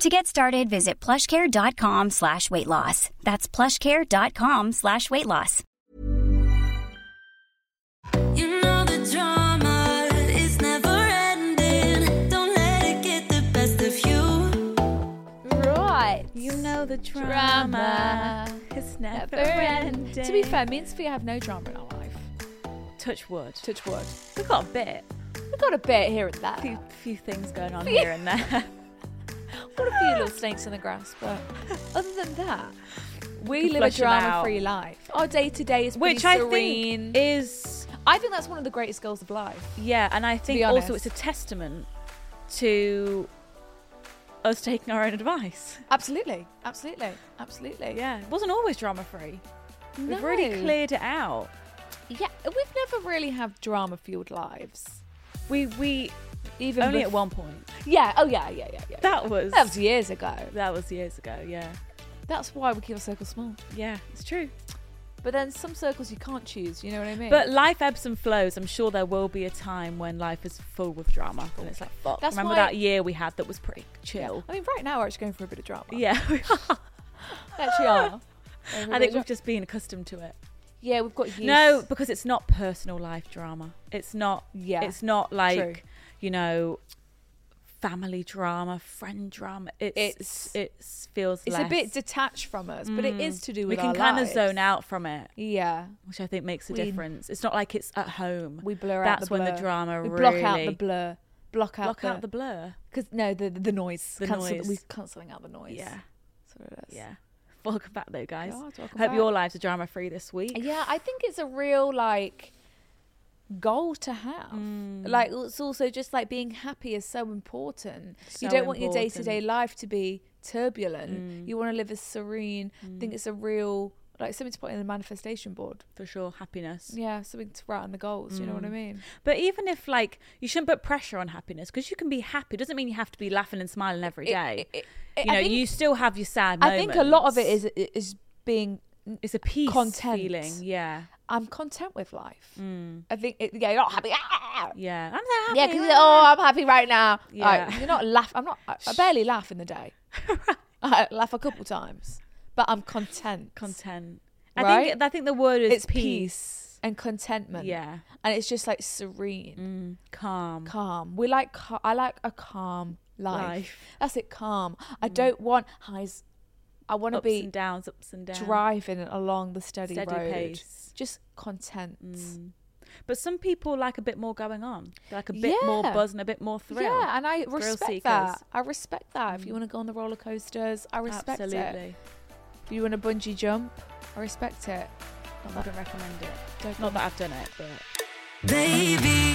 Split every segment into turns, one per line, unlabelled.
To get started, visit plushcare.com slash weight loss. That's plushcare.com slash weight loss.
You know the drama is never ending. Don't let it get the best of you.
Right.
You know the drama.
Drama.
It's
Never
never
end.
ending.
To be fair, me and Sophia have no drama in our life.
touch wood.
Touch wood.
We've got a bit,
We've got a bit here and there.
a few, few things going on
Few-
here and there.
What a few little snakes in the grass, but other than that, we
Can
live a
flush 'em out.
drama-free life. Our day-to-day is pretty
Which I
serene.
think is
I think that's one of the greatest goals of life.
yeah, and I think
Be
also
honest.
it's a testament to us taking our own advice.
Absolutely, absolutely, absolutely.
Yeah, it wasn't always drama free. We've
No.
really cleared it out.
Yeah, we've never really have drama-fueled lives.
We we
Even
only
bef-
at one point.
Yeah. Oh yeah. Yeah. Yeah. Yeah.
That was
That was years ago.
that was years ago. Yeah,
That's why we keep our circle small.
yeah, it's true.
But then some circles you can't choose. You know what I mean?
But life ebbs and flows. I'm sure there will be a time when life is full with drama, and it's like, fuck.
That's
remember
why-
that year we had that was pretty chill.
I mean, right now we're actually going for a bit of drama.
Yeah, we are.
actually are.
I think we've just been accustomed to it.
yeah, we've got used.
No, because it's not personal life drama. It's not.
Yeah,
It's not like
true.
you know, family drama, friend drama. It's
It's-
it's, feels.
it's a
less- Mm.
bit detached from us, but it is to do
We
with
can
kind
of zone out from it,
Yeah,
which I think makes a
We-
difference. It's not like it's at home.
we blur out.
That's
the blur.
when the drama
We
really
block out the blur. Block out
block
the
out the blur.
because no the the noise.
The
Cancel-
noise.
We're cancelling out the noise.
Yeah,
That's what it is.
yeah. Welcome back though, guys.
God,
Hope
welcome
your
back.
lives are drama free this week.
Yeah, I think it's a real like goal to have.
Mm.
Like it's also just like being happy is so important.
So
you don't want your day to day
important. Mm.
life to be turbulent. You want to live as serene. I think it's a real like something to put in the manifestation board.
For sure, happiness.
Yeah, something to write on the goals. You know
Mm.
what I mean?
But even if like you shouldn't put pressure on happiness because you can be happy doesn't mean you have to be laughing and smiling every
It-
day.
it- it-
you
I
know,
think-
you still have your sad.
I think a lot of it
moments.
is is being
it's a peace
content.
feeling. Yeah,
I'm content with life.
Mm.
I think it, yeah, you're not happy. Ah!
yeah. I'm so happy.
Yeah, because oh, I'm happy right now.
Yeah.
Like, you're not laugh. I'm not. I, I barely laugh in the day. I laugh a couple times, but I'm content.
content. I
Right?
think I think the word is
It's
peace.
peace and contentment.
Yeah,
and it's just like serene,
Mm, calm.
calm. We like. Ca- I like a calm life.
Life. Mm.
That's it. Calm. I don't want highs. I want to
Ups
be
and downs, ups and downs.
driving along the steady,
Steady
road.
pace. Mm.
Just content.
But some people like a bit more going on, They like a bit more
Yeah.
buzz and a bit more thrill.
Yeah, and I
Thrill
respect
seekers. Mm.
that. I respect that. If you want to go on the roller coasters, I respect
Absolutely.
it. If you want to bungee jump, I respect it.
I wouldn't recommend it.
Don't
Not that I've done it, but.
Baby.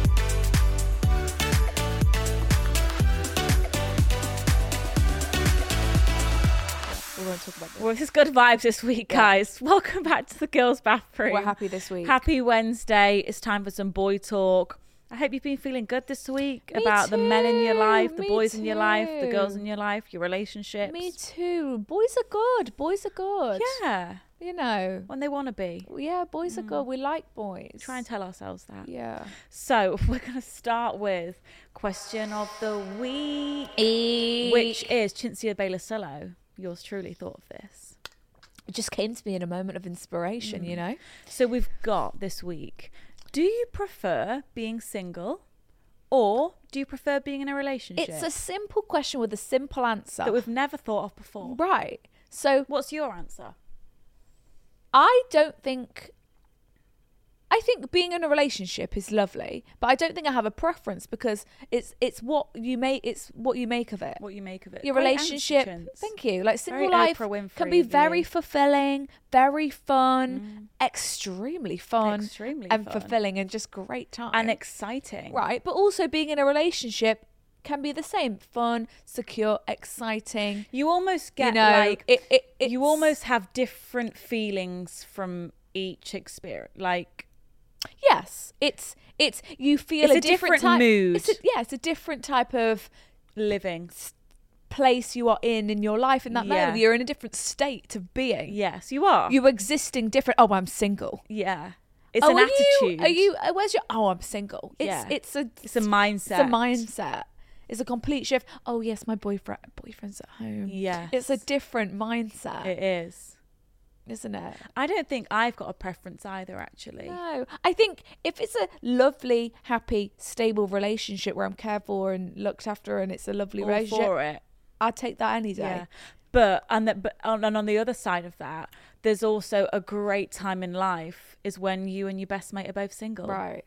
We won't talk about this.
Well, this is good vibes this week, guys. Welcome back to the girls' bathroom.
We're happy this week.
Happy Wednesday. It's time for some boy talk. I hope you've been feeling good this week
Me
about the men in your
too,
life, the
me
boys in your life, the girls
too.
in your life, your relationships.
Me too. Boys are good. Boys are good.
Yeah.
You know.
when they want to be.
Yeah, boys are good. We like boys.
Mm. Try and tell ourselves that.
Yeah.
So we're going to start with question of the week, which is Cinzia Baylor-Sello. Yours truly thought of this.
It just came to me in a moment of inspiration, you
Mm.
know?
So we've got this week. Do you prefer being single, or do you prefer being in a relationship?
It's a simple question with a simple answer.
that we've never thought of before.
right. So
What's your answer?
I don't think. I think being in a relationship is lovely, but I don't think I have a preference because it's it's what you make it's what you make of it.
What you make of it?
Your
Great answer,
relationship,
Chintz.
thank you. Like single
Very
life
Oprah Winfrey
can be
of you.
very fulfilling, very fun, extremely fun,
Mm. Extremely
and
fun.
fulfilling, and just great time
and exciting.
Right, but also being in a relationship can be the same fun, secure, exciting.
You almost get
know,
like
it- it- it's-
you almost have different feelings from each experience. Like
Yes, it's it's you feel
It's
a,
a different
type,
mood.
It's a, yeah, it's a different type of
living.
place you are in in your life in that
Yeah.
moment. You're in a different state of being.
Yes, you are.
you existing different. Oh, I'm single.
yeah. It's
oh,
an
are
attitude.
You, are you? uh, Where's your? Oh, I'm single. It's
Yeah.
it's a
It's
It's
a
a
mindset.
mindset. It's a complete shift. Oh yes, my boyfriend boyfriend's at home.
Yes.
it's a different mindset,
It is.
isn't it?
I don't think I've got a preference either. Actually,
No, I think if it's a lovely, happy, stable relationship where I'm cared for and looked after, and it's a lovely
All
relationship,
for it.
I take that any day.
Yeah. But and that but on, and on the other side of that, there's also a great time in life is when you and your best mate are both single.
Right.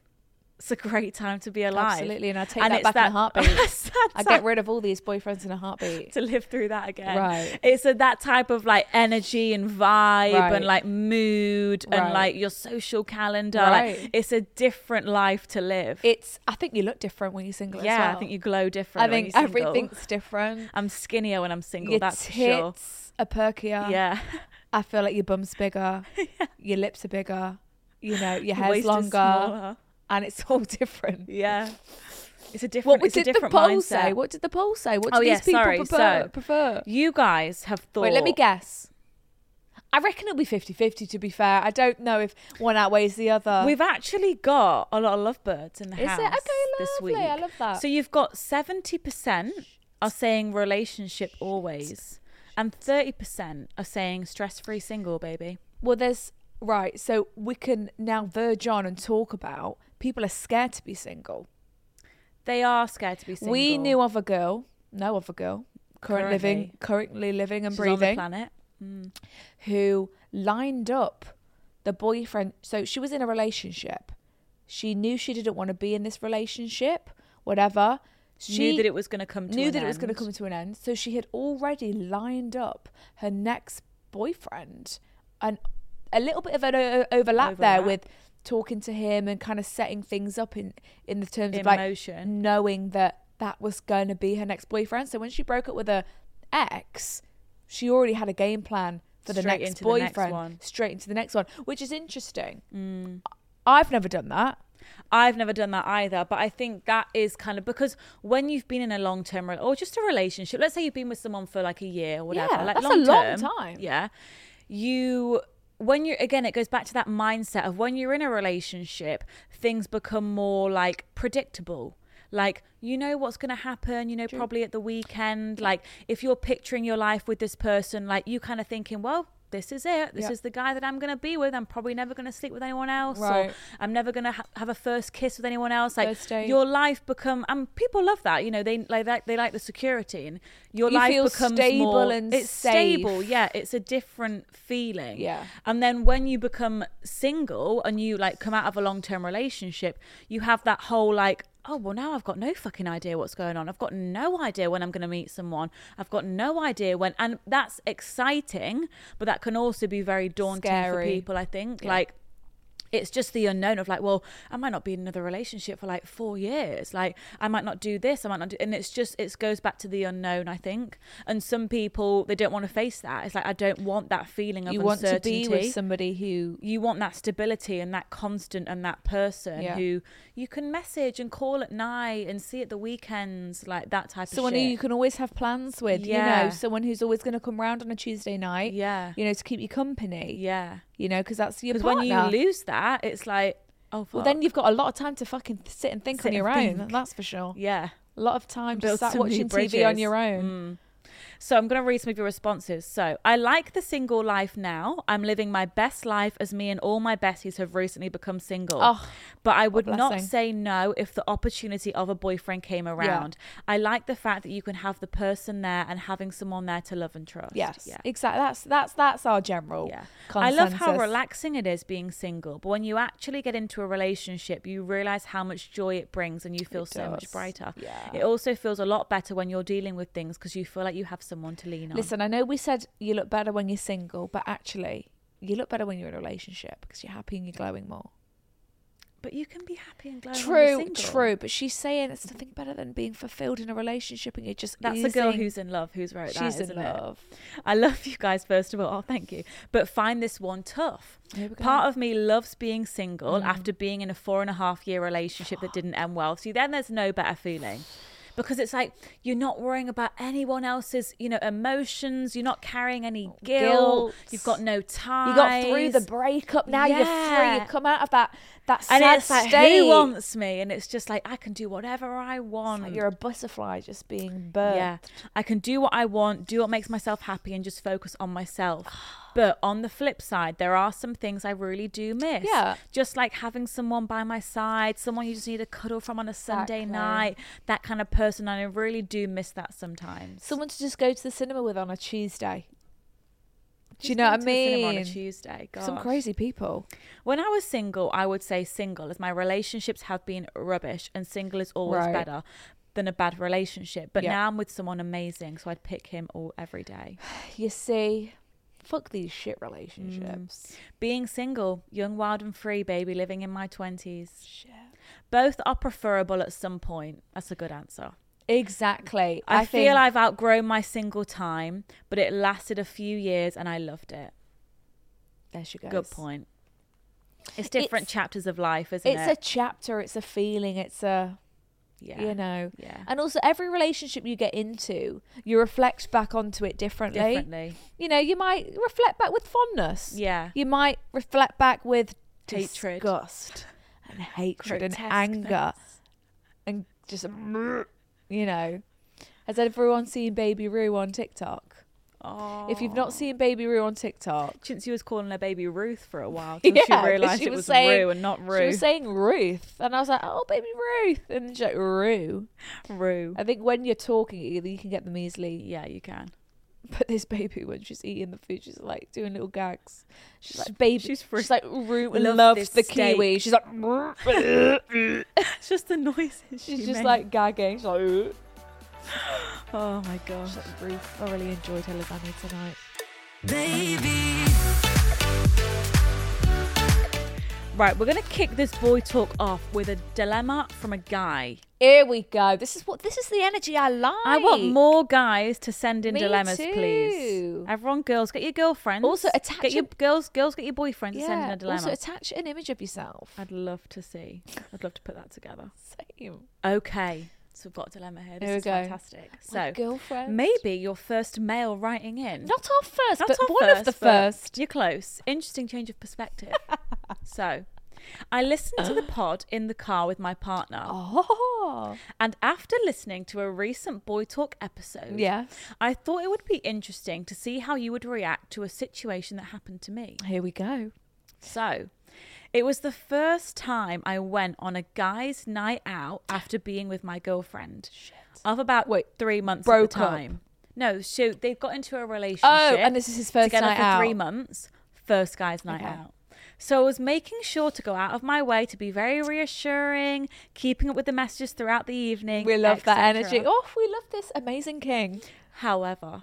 It's a great time to be alive.
Absolutely. And I take that
it's
back in a heartbeat.
Sad
I
time
get rid of all these boyfriends in a heartbeat.
to live through that again.
Right.
It's a, that type of like energy and vibe
Right.
and like mood
Right.
and like your social calendar.
Right.
Like it's a different life to live.
It's. I think you look different when you're single. as
yeah, I
well.
think you glow different.
I think
when you're single.
everything's different.
I'm skinnier when I'm single.
your
that's
tits
for sure.
are perkier.
Yeah.
I feel like your bum's bigger. Your lips are bigger. You know, your hair's
waist is
longer,
smaller.
and it's all different.
Yeah. It's a different.
What
it's a
did the
different
poll
mindset.
say? What did the poll say? What do
oh
these
yeah,
people
sorry.
prefer?
so
prefer?
you guys have thought.
Wait, let me guess. I reckon it'll be 50-50 to be fair. I don't know if one outweighs the other.
We've actually got a lot of lovebirds in the
Uh, Is it?
house
Okay,
this
lovely.
week.
I love that.
So you've got seventy percent are saying relationship always, and thirty percent are saying stress-free single baby.
well, there's right. So we can now verge on and talk about people are scared to be single.
They are scared to be single.
We knew of a girl, no other girl, current living, currently living and
She's on the
breathing,
planet.
who lined up the boyfriend. So she was in a relationship. She knew she didn't want to be in this relationship. Whatever. She
knew that it was going to come. To
knew
an
that it was going to
end.
come to an end. So she had already lined up her next boyfriend, and a little bit of an o- overlap, there
Overlap.
with talking to him and kind of setting things up in in the terms of
In
like
motion.
knowing that that was going to be her next boyfriend. So when she broke up with her ex, she already had a game plan for the
Straight
next
into the
boyfriend,
next one. Hmm.
straight into the next one, which is interesting. I've never done that.
I've never done that either, but I think that is kind of because when you've been in a long term or just a relationship, let's say you've been with someone for like a year or whatever,
Yeah,
like
that's a long
long-term,
time.
Yeah. You when you again it goes back to that mindset of when you're in a relationship, things become more like predictable. Like you know what's going to happen, you know probably at the weekend, like if you're picturing your life with this person, like you kind of thinking, well, this is it. This
Yeah.
is the guy that I'm going to be with. I'm probably never going to sleep with anyone else or
Right.
I'm never gonna ha- have a first kiss with anyone else. Like
First date.
your life become and people love that. You know they like that, they like the security and your
You
life
feel
becomes
stable
more,
and
it's
safe.
stable. Yeah, it's a different feeling.
Yeah.
and then when you become single and you like come out of a long term relationship, you have that whole like. Oh well, now I've got no fucking idea what's going on. I've got no idea when I'm going to meet someone. I've got no idea when, and that's exciting, but that can also be very daunting
Scary.
for people. I think like It's just the unknown of like, well, I might not be in another relationship for like four years. Like, I might not do this. I might not do. And it's just, it goes back to the unknown, I think. And some people, they don't want to face that. It's like, I don't want that feeling of
you want to
uncertainty
be with somebody who
you want that stability and that constant and that person
Yeah.
who you can message and call at night and see at the weekends, like that type
someone
of
who
shit.
you can always have plans with you
Yeah.
know someone who's always going to come round on a tuesday night
Yeah.
you know to keep you company
yeah.
you know because that's your
Because
partner
when you lose that, it's like, oh,
well
fuck.
then you've got a lot of time to fucking sit and think
Sit
on your
and
own
think.
that's for sure
yeah.
a lot of time just
Build
sat
some new
watching tv on
bridges. Mm.
your own
So I'm going to read some of your responses. So I like the single life now. I'm living my best life as me and all my besties have recently become single.
Oh,
but I
what a
would not
blessing.
say no if the opportunity of a boyfriend came around. I like the fact that you can have the person there and having someone there to love and trust.
yes
Yeah.
exactly that's that's that's our general
Yeah. I love how
consensus.
relaxing it is being single, but when you actually get into a relationship, you realize how much joy it brings and you feel
It
so much
does.
brighter.
Yeah.
It also feels a lot better when you're dealing with things because you feel like you have someone to lean on.
Listen, I know we said you look better when you're single, but actually, you look better when you're in a relationship because you're happy and you're glowing more.
But you can be happy and glad.
True, true. But she's saying it's nothing better than being fulfilled in a relationship and you're just
That's the girl
oozing-
who's in love who's wrote that.
she's in
isn't it?
love.
I love you guys, first of all. Oh, thank you. But find this one tough.
Here we go. Mm.
Part of me loves being single after being in a four and a half year relationship that didn't end well. See, then there's no better feeling. Because it's like you're not worrying about anyone else's, you know, emotions. You're not carrying any guilt.
Oh, Guilt.
You've got no time.
You got through the breakup. Now you're free.
Yeah.
You come out of that that
and
sad
it's like
state.
who wants me? And it's just like I can do whatever I
It's
want.
like you're a butterfly just being birthed.
Yeah. I can do what I want, do what makes myself happy, and just focus on myself. But on the flip side, there are some things I really do miss.
Yeah.
Just like having someone by my side, someone you just need a cuddle from on a Sunday
Exactly.
night, that kind of person. And I really do miss that sometimes.
Someone to just go to the cinema with on a Tuesday. Do you
Just
know what I
going to the cinema On a
mean?
Tuesday.
Some
gosh.
crazy people.
When I was single, I would say single, as my relationships have been rubbish, and single is always
Right.
better than a bad relationship. But
Yeah.
now I'm with someone amazing, so I'd pick him all every day.
You see, fuck these shit
Mm.
relationships.
Being single, young, wild, and free, baby, living in my 20s. Both are preferable at some point. That's a good answer.
Exactly.
I,
think-
feel I've outgrown my single time, but it lasted a few years and I loved it.
there she goes.
Good point. It's different
It's-
chapters of life, isn't
It's a
it?
chapter. It's a feeling. It's a
yeah.
you know.
Yeah.
And also, every relationship you get into, you reflect back onto it differently.
Differently.
You know, you might reflect back with fondness.
Yeah.
You might reflect back with
Hatred.
disgust, and hatred, and
Grotesqueness.
anger, and just you know. Has everyone seen Baby Roo on TikTok?
Oh.
If you've not seen Baby Roo on TikTok,
Since you was calling her baby Ruth for a while, till she
'cause
realised it was Rue and not
She
Rue.
was saying Ruth, and I was like, "Oh, baby Ruth," and then she's like, "Rue."
Rue.
I think when you're talking, either you can get them easily.
Yeah, you can.
But this baby, when she's eating the food, she's like doing little gags. She's like, "Baby,"
she's
she's,
free-
like, "Rue
Love
loves
this
the
steak.
kiwi." She's like,
It's just the noises she
she's just
made.
like gagging. She's like, "Ugh."
oh my gosh.
she's like, "Ruth, I really enjoyed her lasagna tonight."
Right, we're gonna kick this boy talk off with a dilemma from a guy.
Here we go. This is what this is the energy I like.
I want more guys to send in
Me
dilemmas, please.
too.
Everyone, girls, get your girlfriends.
Also, attach
Get your
a-
girls, girls, get your boyfriend to send in
Yeah.
a dilemma.
Also, attach an image of yourself.
I'd love to see. I'd love to put that together.
Same.
Okay, so we've got a dilemma here. This
Here we
is
go.
fantastic. So,
My girlfriend.
maybe your first male writing in.
Not our first,
Not
but
our
one of the
but
first.
You're close. Interesting change of perspective. so, I listened to the pod in the car with my partner.
Oh,
And after listening to a recent Boy Talk episode,
Yes.
I thought it would be interesting to see how you would react to a situation that happened to me.
here we go.
So, it was the first time I went on a guy's night out after being with my girlfriend of about
Wait,
three months
broke
at the time. No, so they've got into a relationship.
Oh, this is his first
together
night
for three
out.
months. First guy's night
Okay.
out. So I was making sure to go out of my way to be very reassuring, keeping up with the messages throughout the evening.
We love that Oh.
etc..
energy. Oh, we love this amazing king.
However,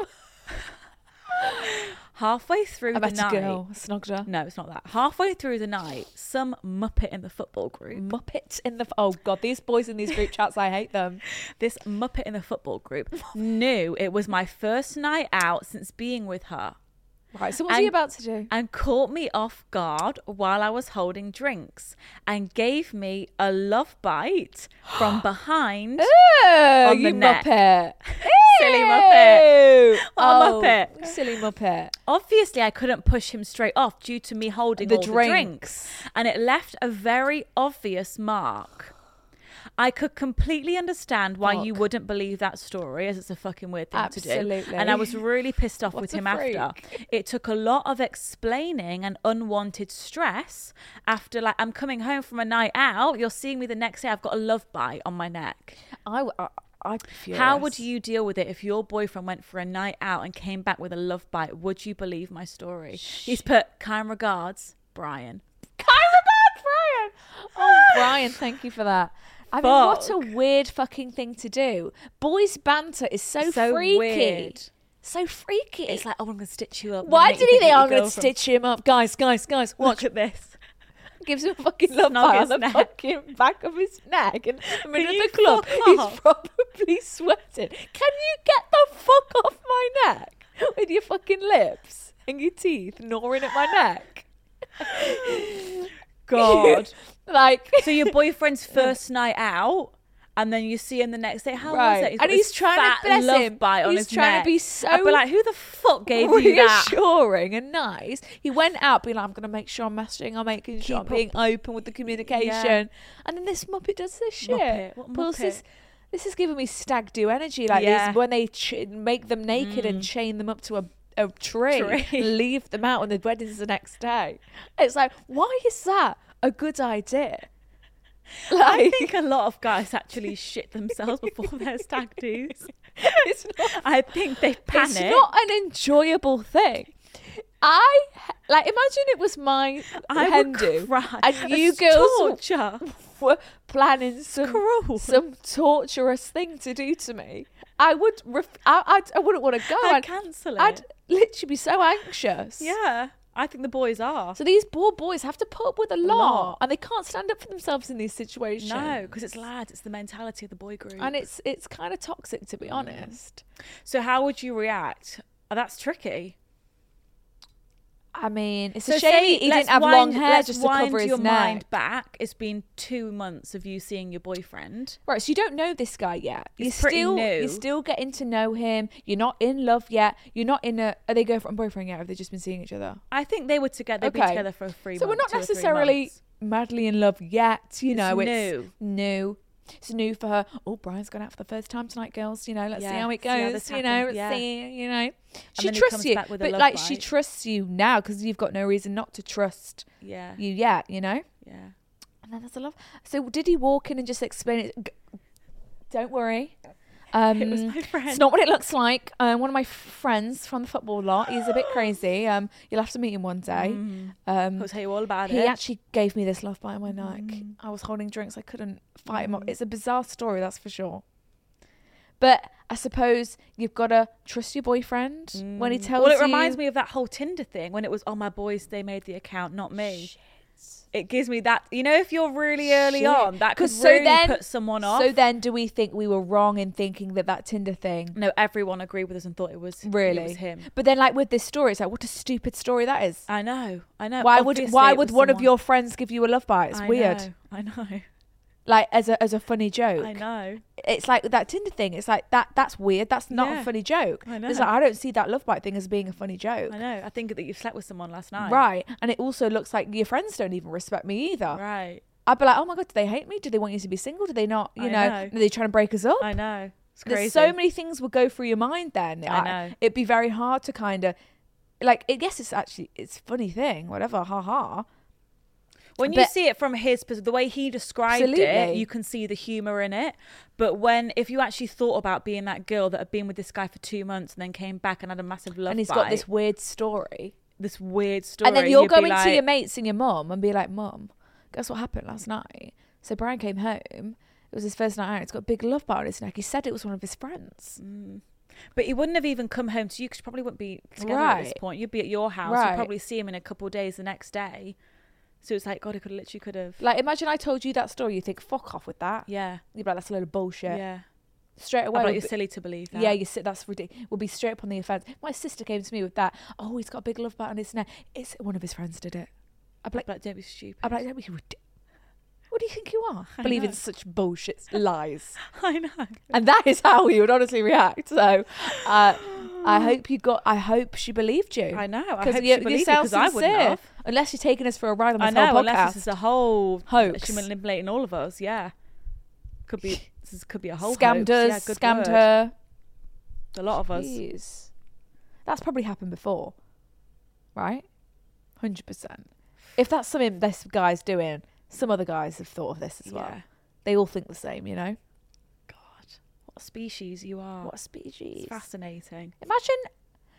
halfway through
I
the
met a
night.
girl, snogged her.
No, it's not that. Halfway through the night, some muppet in the football group,
Muppet in the. Oh God, these boys in these group chats, I hate them.
this muppet in the football group, knew it was my first night out since being with her.
Right, so what are you
And-
about to do?
And caught me off guard while I was holding drinks and gave me a love bite from behind.
Oh,
on the
you
neck.
Muppet.
Silly Muppet.
Ew.
What a Muppet.
Oh, Silly Muppet.
Obviously, I couldn't push him straight off due to me holding
The
all the drinks, and it left a very obvious mark. I could completely understand why you
Fuck.
wouldn't believe that story, as it's a fucking weird thing to do.
Absolutely.
And I was really pissed off
What
with
a
him after. It took a lot of explaining and unwanted stress. After like, I'm coming home from a night out. You're seeing me the next day. I've got a love bite on my neck.
I, I, I'd be furious.
How would you deal with it if your boyfriend went for a night out and came back with a love bite? Would you believe my story? He's put kind regards, Brian.
Kind regards, Brian. Oh, Brian, thank you for that. I mean, what a
Fuck.
weird fucking thing to do. Boys' banter is so,
So
freaky.
weird.
So freaky.
It's like, oh, I'm gonna stitch you up.
why
Make you
did he think
that
I'm
your
going to
girlfriend-
stitch him up? Guys, guys, guys, watch.
Look at this.
Gives him a fucking love
Snog
bite on
his
the
neck.
fucking back of his neck in the middle
you
of the club.
fuck
He's
off?
probably sweating. Can you get the fuck off my neck with your fucking lips and your teeth gnawing at my neck?
God.
like,
so your boyfriend's first night out, and then you see him the next day. How was
Right.
it? got
And
this
he's trying to
fat
bless
love
him.
Bite on
He's
his
trying to
neck.
be so
I'd be like, who the fuck gave you that?
reassuring and nice. He went out being like, I'm going to make sure I'm messaging, I'm making sure I'm
Keep
being open with the communication.
Yeah.
And then this Muppet does this shit.
Muppet, what
Pulls
Muppet?
This, this is giving me stag do energy. Like
Yeah. Mm.
these, when they ch- make them naked and chain them up to a, a tree,
Tree.
and leave them out on the weddings the next day. It's like, why is that a good idea?
I think a lot of guys actually shit themselves before their stag do's.
It's not-
I think they panic.
It's not an enjoyable thing. I like imagine it was my
I would
Hindu
cry.
and you
It's
girls
torture.
were planning some
Cruel.
some torturous thing to do to me. I would ref- I, I'd, I wouldn't want to go.
I'd cancel it.
I'd literally be so anxious.
Yeah, I think the boys are.
So these poor boys have to put up with a lot,
lot.
and they can't stand up for themselves in these situations.
no, because it's lads. It's the mentality of the boy group.
and it's it's kind of toxic to be honest.
so how would you react? Oh, that's tricky.
I mean, it's
so
a shame
say-
he didn't
let's
have long
wind-
hair
let's
just to
wind
cover his
your
neck.
mind back. It's been two months of you seeing your boyfriend.
Right, so you don't know this guy yet.
It's
you're
pretty
still
new.
you're still getting to know him. You're not in love yet. You're not in a are they girlfriend and boyfriend yet? Have they just been seeing each other?
I think they were together. They've been together for three.
So we're
months,
not
two or three
necessarily
months.
madly in love yet. You
It's
know, it's
new.
new. It's new for her. Oh, Brian's gone out for the first time tonight, girls. You know, let's see
Yeah,
how it
see how
goes.
this
you know,
happens,
let's
yeah.
see. You know, she
then he
trusts
comes
you,
back with a
but
love
like she
bite.
trusts you now because you've got no reason not to trust
Yeah,
you yet. You know.
yeah.
And then there's a love. So did he walk in and just explain it? G- Don't worry. Um,
It was my
It's
friend.
not what it looks like. Um, one of my friends from the football lot. He's a bit crazy. Um, you'll have to meet him one day. Um,
I'll tell you all about
he
Mm-hmm. it. Mm-hmm.
actually gave me this love bite on my neck. I was holding drinks. I couldn't fight him off. It's a bizarre story, that's for sure. But I suppose you've got to trust your boyfriend when he tells you.
Mm. Well, it reminds me of that whole Tinder thing when it was, oh, my boys, they made the account, not me. It gives me that, you know, if you're really early
Shit.
on, that could
'Cause
really put someone off.
So then, do we think we were wrong in thinking that that Tinder thing
no, everyone agreed with us and thought it was
really
It was him.
But then, like with this story, it's like what a stupid story that is.
I know, I know.
why would
Obviously
why
it
would
was
one of
someone-
your friends give you a love bite? It's
I
weird.
know, I know.
Like as a as a funny joke.
I know.
It's like with that Tinder thing. It's like that that's weird. That's not
Yeah.
a funny joke.
I
It's
know.
like I don't see that love bite thing as being a funny joke.
I know. I think that you slept with someone last night.
Right. And it also looks like your friends don't even respect me either.
Right.
I'd be like, oh my god, do they hate me? Do they want you to be single? Do they not? You
I
know,
know.
are they trying to break us up?
I know. It's crazy.
There's so many things would go through your mind then.
I know.
It'd be very hard to kind of like. It, yes, it's actually it's a funny thing. Whatever, ha ha.
When you
But-
see it from his perspective, the way he described it,
Absolutely.
you can see the humor in it. But when, if you actually thought about being that girl that had been with this guy for two months and then came back and had a massive love
And he's
bite,
got this weird story.
this weird story,
And then you're
you'd be
going to
like,
your mates and your mum and be like, Mum, guess what happened last night? So Brian came home. It was his first night out. He's got a big love bite on his neck. He said it was one of his friends.
"Mm." But he wouldn't have even come home to you because you probably wouldn't be together at this
Right.
point. You'd be at your house.
Right.
You'd probably see him in a couple of days the next day. So it's like, God, he could have literally could have.
Like, imagine I told you that story. You think, fuck off with that.
yeah.
You'd be like, that's a load of bullshit.
Yeah.
Straight
Well,
away.
I
we'll
you're
be-
silly to believe that.
Yeah, you sit. That's ridiculous. We'll be straight up on the offence. My sister came to me with that. Oh, he's got a big love bite on his neck. It's one of his friends did it. I'd be like,
Like, don't be stupid.
I'd be like, "Don't be ridi- what do you think you are?
I
Believing
know.
such bullshit lies.
I know.
and that is how you would honestly react. So, uh, I hope you got. I hope she believed you.
I know. I
'Cause
hope
you-
she believed you
sound
'cause I wouldn't
sincere.
have.
Unless you're taking us for a ride on this
I know.
whole
Unless
podcast.
this is a whole
Hoax.
She manipulating all of us. Yeah. Could be. This is- could be a whole
scammed
hoax. Yeah,
us,
good
scammed
word.
her.
A lot of us.
Jeez. That's probably happened before, right? Hundred percent. If that's something this guy's doing, some other guys have thought of this as well.
Yeah.
They all think the same, you know.
God, what species you are.
What a species?
Oh, It's fascinating.
Imagine,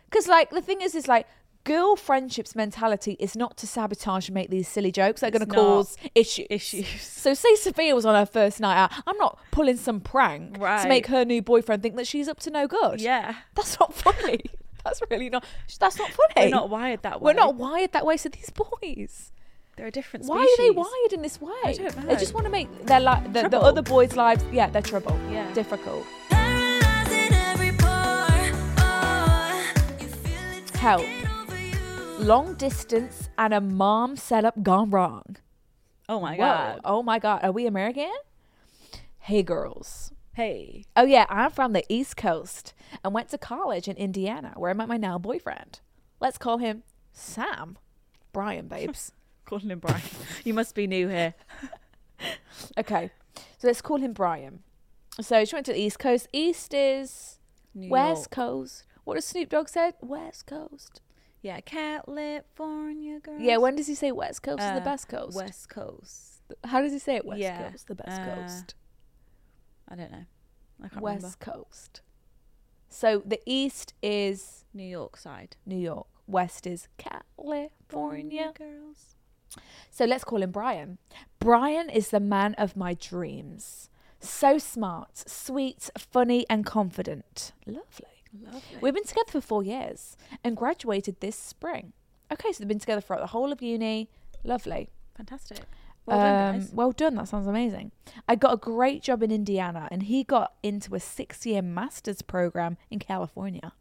because like the thing is, is like girl friendships mentality is not to sabotage and make these silly jokes that are going
It's
to
not.
cause issues.
Issues.
So say Sophia was on her first night out. I'm not pulling some prank
Right.
to make her new boyfriend think that she's up to no good.
Yeah.
That's not funny. that's really not. That's not funny.
We're not wired that way.
We're not wired that way. So these boys,
They're a different
why are they
species.
wired in this way?
don't know.
They just want to make their li- the, the
Trouble.
other boys' lives. Yeah, they're trouble.
Yeah.
difficult.
Paralyzing every pore. Oh, you feel it
Help.
taking over you.
Long distance and a mom setup gone wrong.
Oh my
Whoa.
god.
Oh my god. Are we American? Hey girls.
Hey.
Oh yeah, I'm from the East Coast and went to college in Indiana where I met my now boyfriend. Let's call him Sam. Brian, babes.
Calling him Brian. you must be new here.
okay. So let's call him Brian. So she went to the East Coast. East is
New
West
York.
Coast. What does Snoop Dogg said? West Coast.
Yeah, California girls.
Yeah, when does he say West Coast is
Uh,
the best coast?
West Coast.
How does he say it? West
Yeah,
Coast, the best
uh,
coast.
I don't know. I can't remember.
West Coast. So the East is
New York side.
New York. West is California.
girls.
So let's call him Brian. Brian is the man of my dreams. So smart, sweet, funny, and confident. Lovely.
Lovely.
We've been together for four years and graduated this spring. Okay, so they've been together throughout the whole of uni. Lovely.
Fantastic. Well done,
Um,
guys.
Well done. That sounds amazing. I got a great job in Indiana, and he got into a six-year master's program in California.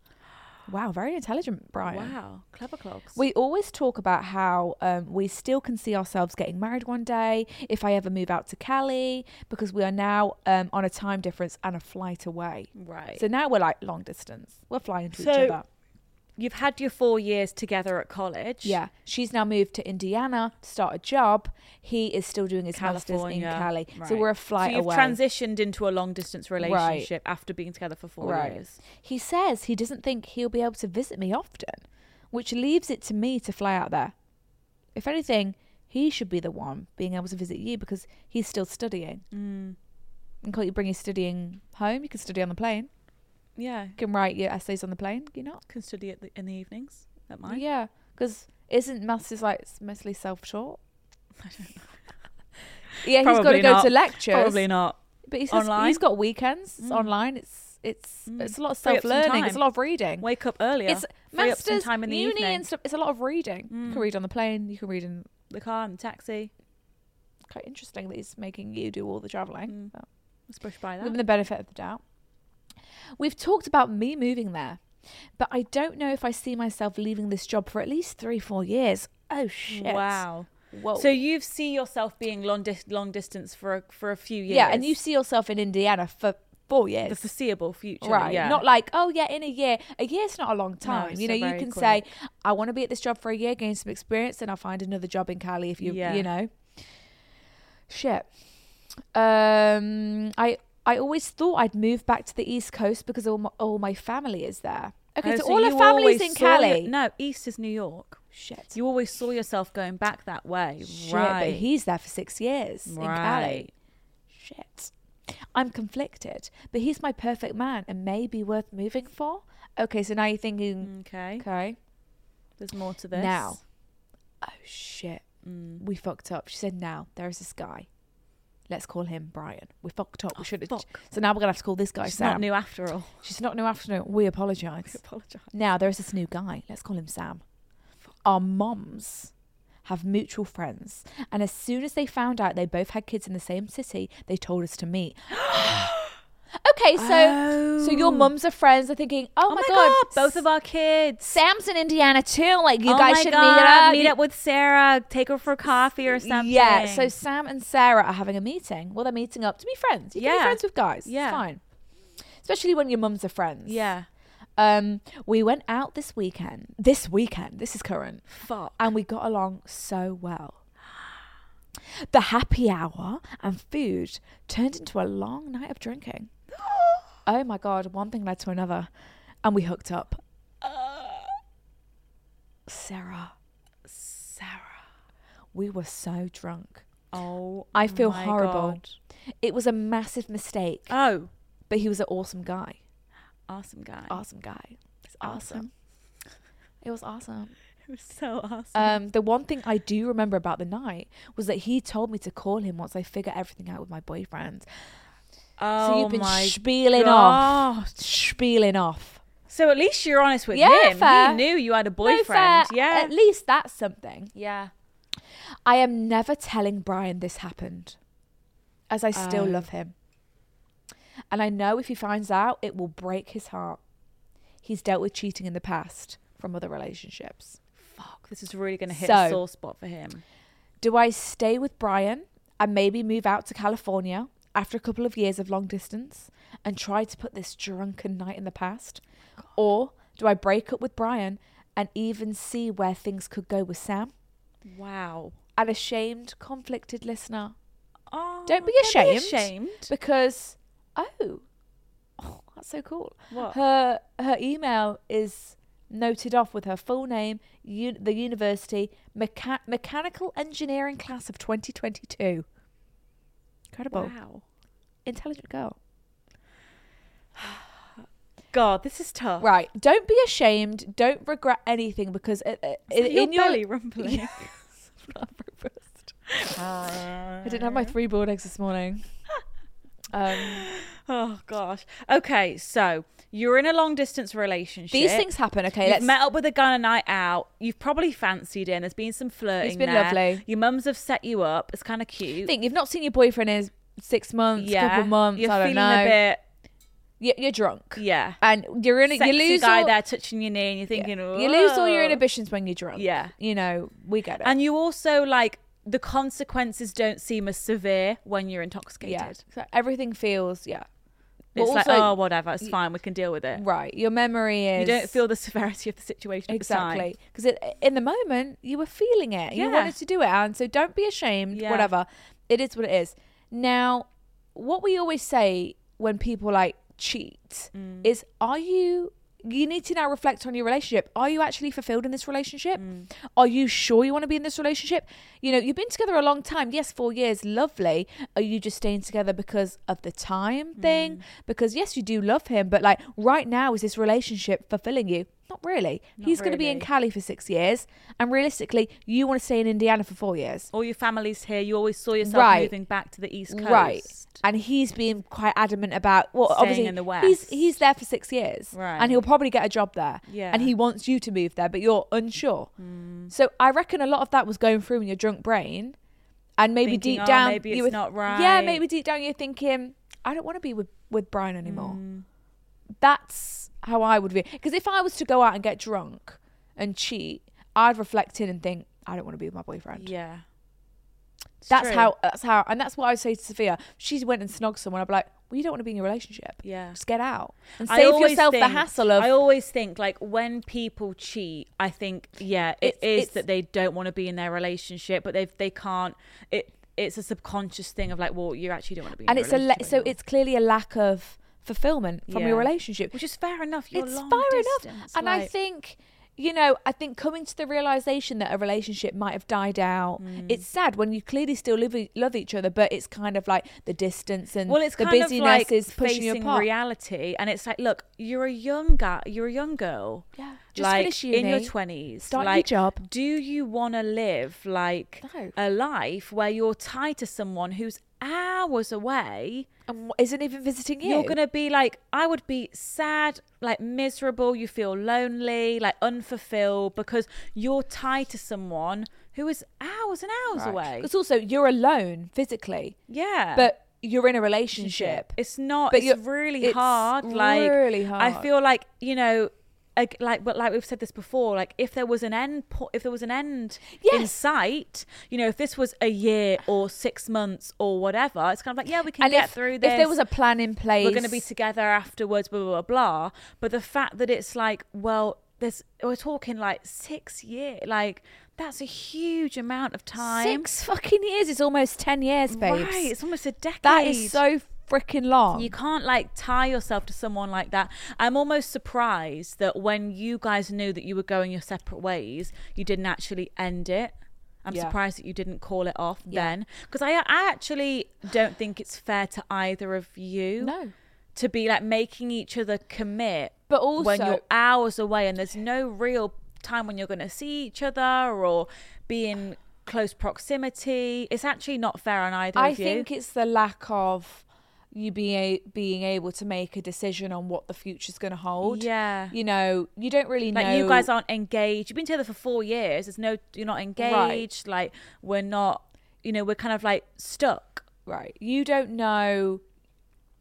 Wow, very intelligent, Brian.
Wow. Clever clogs.
We always talk about how um, we still can see ourselves getting married one day if I ever move out to Cali because we are now um, on a time difference and a flight away.
Right.
So now we're like long distance. We're flying to
So-
each other.
You've had your four years together at college.
Yeah, she's now moved to Indiana to start a job. He is still doing his masters in
California.
Cali, so
Right.
we're a flight
so you've
away.
transitioned into a long distance relationship after being together for four years.
He says he doesn't think he'll be able to visit me often, which leaves it to me to fly out there. If anything, he should be the one being able to visit you because he's still studying. Mm. And can't you bring your studying home? You can study on the plane.
Yeah.
You can write your essays on the plane. Can you not?
Can study at the, in the evenings at mine.
Yeah, because isn't masters like s- mostly self-taught? Yeah, he's got to
Probably
go
not.
to lectures.
Probably not.
But he says
Online? Mm.
he's got weekends. It's online. It's it's it's a lot of
Free up some
self-learning. It's a
time.
lot of reading.
Wake up earlier.
It's
free up some
masters,
time in the
uni
evening. Mm.
and stuff. It's a lot of reading. You can read on the plane. You can read in.
the car and the taxi.
Quite interesting that he's making you do all the traveling.
Mm.
But
Let's brush by
Give him
that.
the benefit of the doubt. We've talked about me moving there, but I don't know if I see myself leaving this job for at least three, four years. Oh shit! Oh.
Wow.
Whoa.
So you see yourself being long dis- long distance for a, for a few years.
yeah, and you see yourself in Indiana for four years.
the foreseeable future.
Right.
Yeah.
Not like, oh yeah, in a year. A year's not a long time.
it's
you know,
still
you
very
can say,
quick.
I want to be at this job for a year, gain some experience, and I'll find another job in Cali if you
Yeah.
you know. Shit. Um I I always thought I'd move back to the East Coast because all my, all my family is there. Okay,
Oh,
so,
so
all our
you
family's
always
in
saw
Cali.
your- no, East is New York.
Shit.
You always saw yourself going back that way.
Shit,
right.
but he's there for six years in Cali.
Right.
Shit. I'm conflicted, but he's my perfect man and may be worth moving for. Okay, so now you're thinking,
Okay.
okay.
There's more to this.
Now, oh shit, we fucked up. She said, now there is this guy let's call him Brian. We fucked up.
Oh,
we should have.
fuck.
So now we're gonna have to call this guy
She's
Sam. Oh
not new after all.
She's not new afternoon. We apologise.
Apologise.
Now there is this new guy. Let's call him Sam. Our mums have mutual friends, and as soon as they found out they both had kids in the same city, they told us to meet. okay, so so your
Oh.
mums are friends. They're thinking, oh, my, god,
both of our kids.
Sam's in Indiana too. Like you
Oh
guys
my
should meet
God,
up.
Meet up with Sarah. Take her for coffee or something.
Yeah. So Sam and Sarah are having a meeting. Well, they're meeting up to be friends. You can be
Yeah.
friends with guys.
Yeah.
It's fine. Especially when your mums are friends.
yeah.
Um, we went out this weekend. This weekend. This is current.
Fuck.
And we got along so well. The happy hour and food turned into a long night of drinking. oh my god, one thing led to another. And we hooked up. Sarah. Sarah. We were so drunk.
Oh,
I feel
my
horrible.
God.
It was a massive mistake,
Oh,
but he was an awesome guy.
awesome guy.
Awesome guy. It's awesome. It was awesome.
It was so awesome.
Um, the one thing I do remember about the night was that he told me to call him once I figure everything out with my boyfriend.
oh
Uh, so you've been
my
spieling
God.
off, spieling off.
So at least you're honest with
Yeah,
him.
fair.
He knew you had a
No,
boyfriend.
fair.
yeah.
At least that's something.
yeah.
I am never telling Brian this happened, as I still
Oh.
love him. And I know if he finds out, it will break his heart. He's dealt with cheating in the past from other relationships.
Fuck. This is really going to hit
So-
a sore spot for him.
Do I stay with Brian and maybe move out to California after a couple of years of long distance and try to put this drunken night in the past? Or do I break up with Brian and even see where things could go with Sam?
Wow.
An ashamed, conflicted listener.
Oh,
Don't be
don't
ashamed.
ashamed.
Because oh, oh, that's so cool.
What?
Her her email is noted off with her full name, un- the university, mecha- mechanical engineering class of 2022. Incredible,
Wow.
intelligent girl.
God, this is tough.
Right, don't be ashamed. Don't regret anything because uh, uh, in,
In, your
in
belly
your
rumbling.
I didn't have my three board eggs this morning. Um,
Oh gosh. Okay, so you're in a long distance relationship.
these things happen. Okay,
You've
let's.
met up with a guy on a night out. You've probably fancied him. There's been some flirting.
been
there.
lovely.
Your mums have set you up. It's kind of cute.
think you've not seen your boyfriend in six months,
yeah.
couple months.
You're
I don't
feeling
know.
a bit.
you're, you're drunk.
Yeah.
And you're in a,
Sexy
you lose
guy
all,
there touching your knee, and you're thinking, oh.
you lose all your inhibitions when you're drunk.
Yeah.
You know, we get it.
And you also like the consequences don't seem as severe when you're intoxicated.
yeah. So everything feels yeah. But
It's like
also-
oh whatever, it's fine. We can deal with it.
Right. Your memory is
You don't feel the severity of the situation at the time.
Exactly. Because in the moment you were feeling it. You
Yeah.
wanted to do it. And so don't be ashamed.
Yeah.
Whatever. It is what it is. Now, what we always say when people like cheat
Mm.
is are you you need to now reflect on your relationship. Are you actually fulfilled in this relationship?
Mm.
Are you sure you want to be in this relationship? You know, you've been together a long time. Yes, four years, lovely. Are you just staying together because of the time thing?
Mm.
Because yes, you do love him, but like right now, is this relationship fulfilling you? Not really. He's going to be in
really.
Cali for six years, and realistically, you want to stay in Indiana for four years.
All your family's here. You always saw yourself
Right.
moving back to the east coast.
Right. And he's been quite adamant about well,
Staying
obviously
in the
he's
West.
he's there for six years,
Right.
And he'll probably get a job there,
Yeah. Mm.
And he wants you to move there, but you're unsure. So I reckon a lot of that was going through in your drunk brain, and maybe
Thinking,
deep
"Oh,
down,
maybe
you
it's not
Yeah,
right."
maybe deep down you're thinking, I don't want to be with with Brian anymore.
Mm.
That's how I would be. Because if I was to go out and get drunk and cheat, I'd reflect in and think, I don't want to be with my boyfriend.
Yeah. It's
That's
true.
how. That's how. And that's what I would say to Sophia. If She went and snogged someone. I'd be like, well, you don't want to be in a relationship.
Yeah.
Just get out and
I
save
always
yourself the
think-
hassle of.
I always think like when people cheat, I think yeah, it
It's-
is
it's-
that they don't want to be in their relationship, but they they can't. It it's a subconscious thing of like, well, you actually don't want to be. in
and it's a le-
relationship
so
anymore.
it's clearly a lack of fulfillment from your
Yeah.
relationship,
which is fair enough. You're
it's
long
far
distance,
enough. And I
like-
think, you know, I think coming to the realization that a relationship might have died out,
Mm.
it's sad when you clearly still live, e, love each other, but it's kind of like the distance and
well, it's
the
kind
busyness
of like
is pushing you
facing
apart.
reality, and it's like, look, you're a young guy, you're a young girl,
Yeah. Just
like
finish
in your
uni,
twenties,
start your
like,
job.
Do you want to live like
No.
a life where you're tied to someone who's hours away,
And wh- isn't even visiting you.
you're gonna be like, I would be sad, like miserable. You feel lonely, like unfulfilled because you're tied to someone who is hours and hours away.
It's also you're alone physically,
Yeah,
but you're in a relationship.
It's not.
But
it's
you're-
really
it's
hard. Like
really
I
hard.
feel like you know, like, like but like we've said this before. Like if there was an end, po- if there was an end in
Yes.
sight, you know, if this was a year or six months or whatever, it's kind of like yeah, we can
and
get
if,
through this.
if there was a plan in place,
we're going to be together afterwards, blah blah blah blah. But the fact that it's like, well, there's we're talking like six year, like that's a huge amount of time.
Six fucking years. It's almost ten years, babes.
Right, it's almost a decade.
that is so freaking long.
You can't like tie yourself to someone like that. I'm almost surprised that when you guys knew that you were going your separate ways, you didn't actually end it. I'm
Yeah.
surprised that you didn't call it off
Yeah.
then. Because I, I actually don't think it's fair to either of you
no.
to be like making each other commit
But also,
when you're hours away and there's no real time when you're going to see each other or be in close proximity. It's actually not fair on either
I
of you.
think it's the lack of you being a, being able to make a decision on what the future's going to hold.
Yeah.
you know, you don't really
like
know.
you guys aren't engaged you've been together for four years there's no you're not engaged like we're not you know we're kind of like stuck
right. You don't know.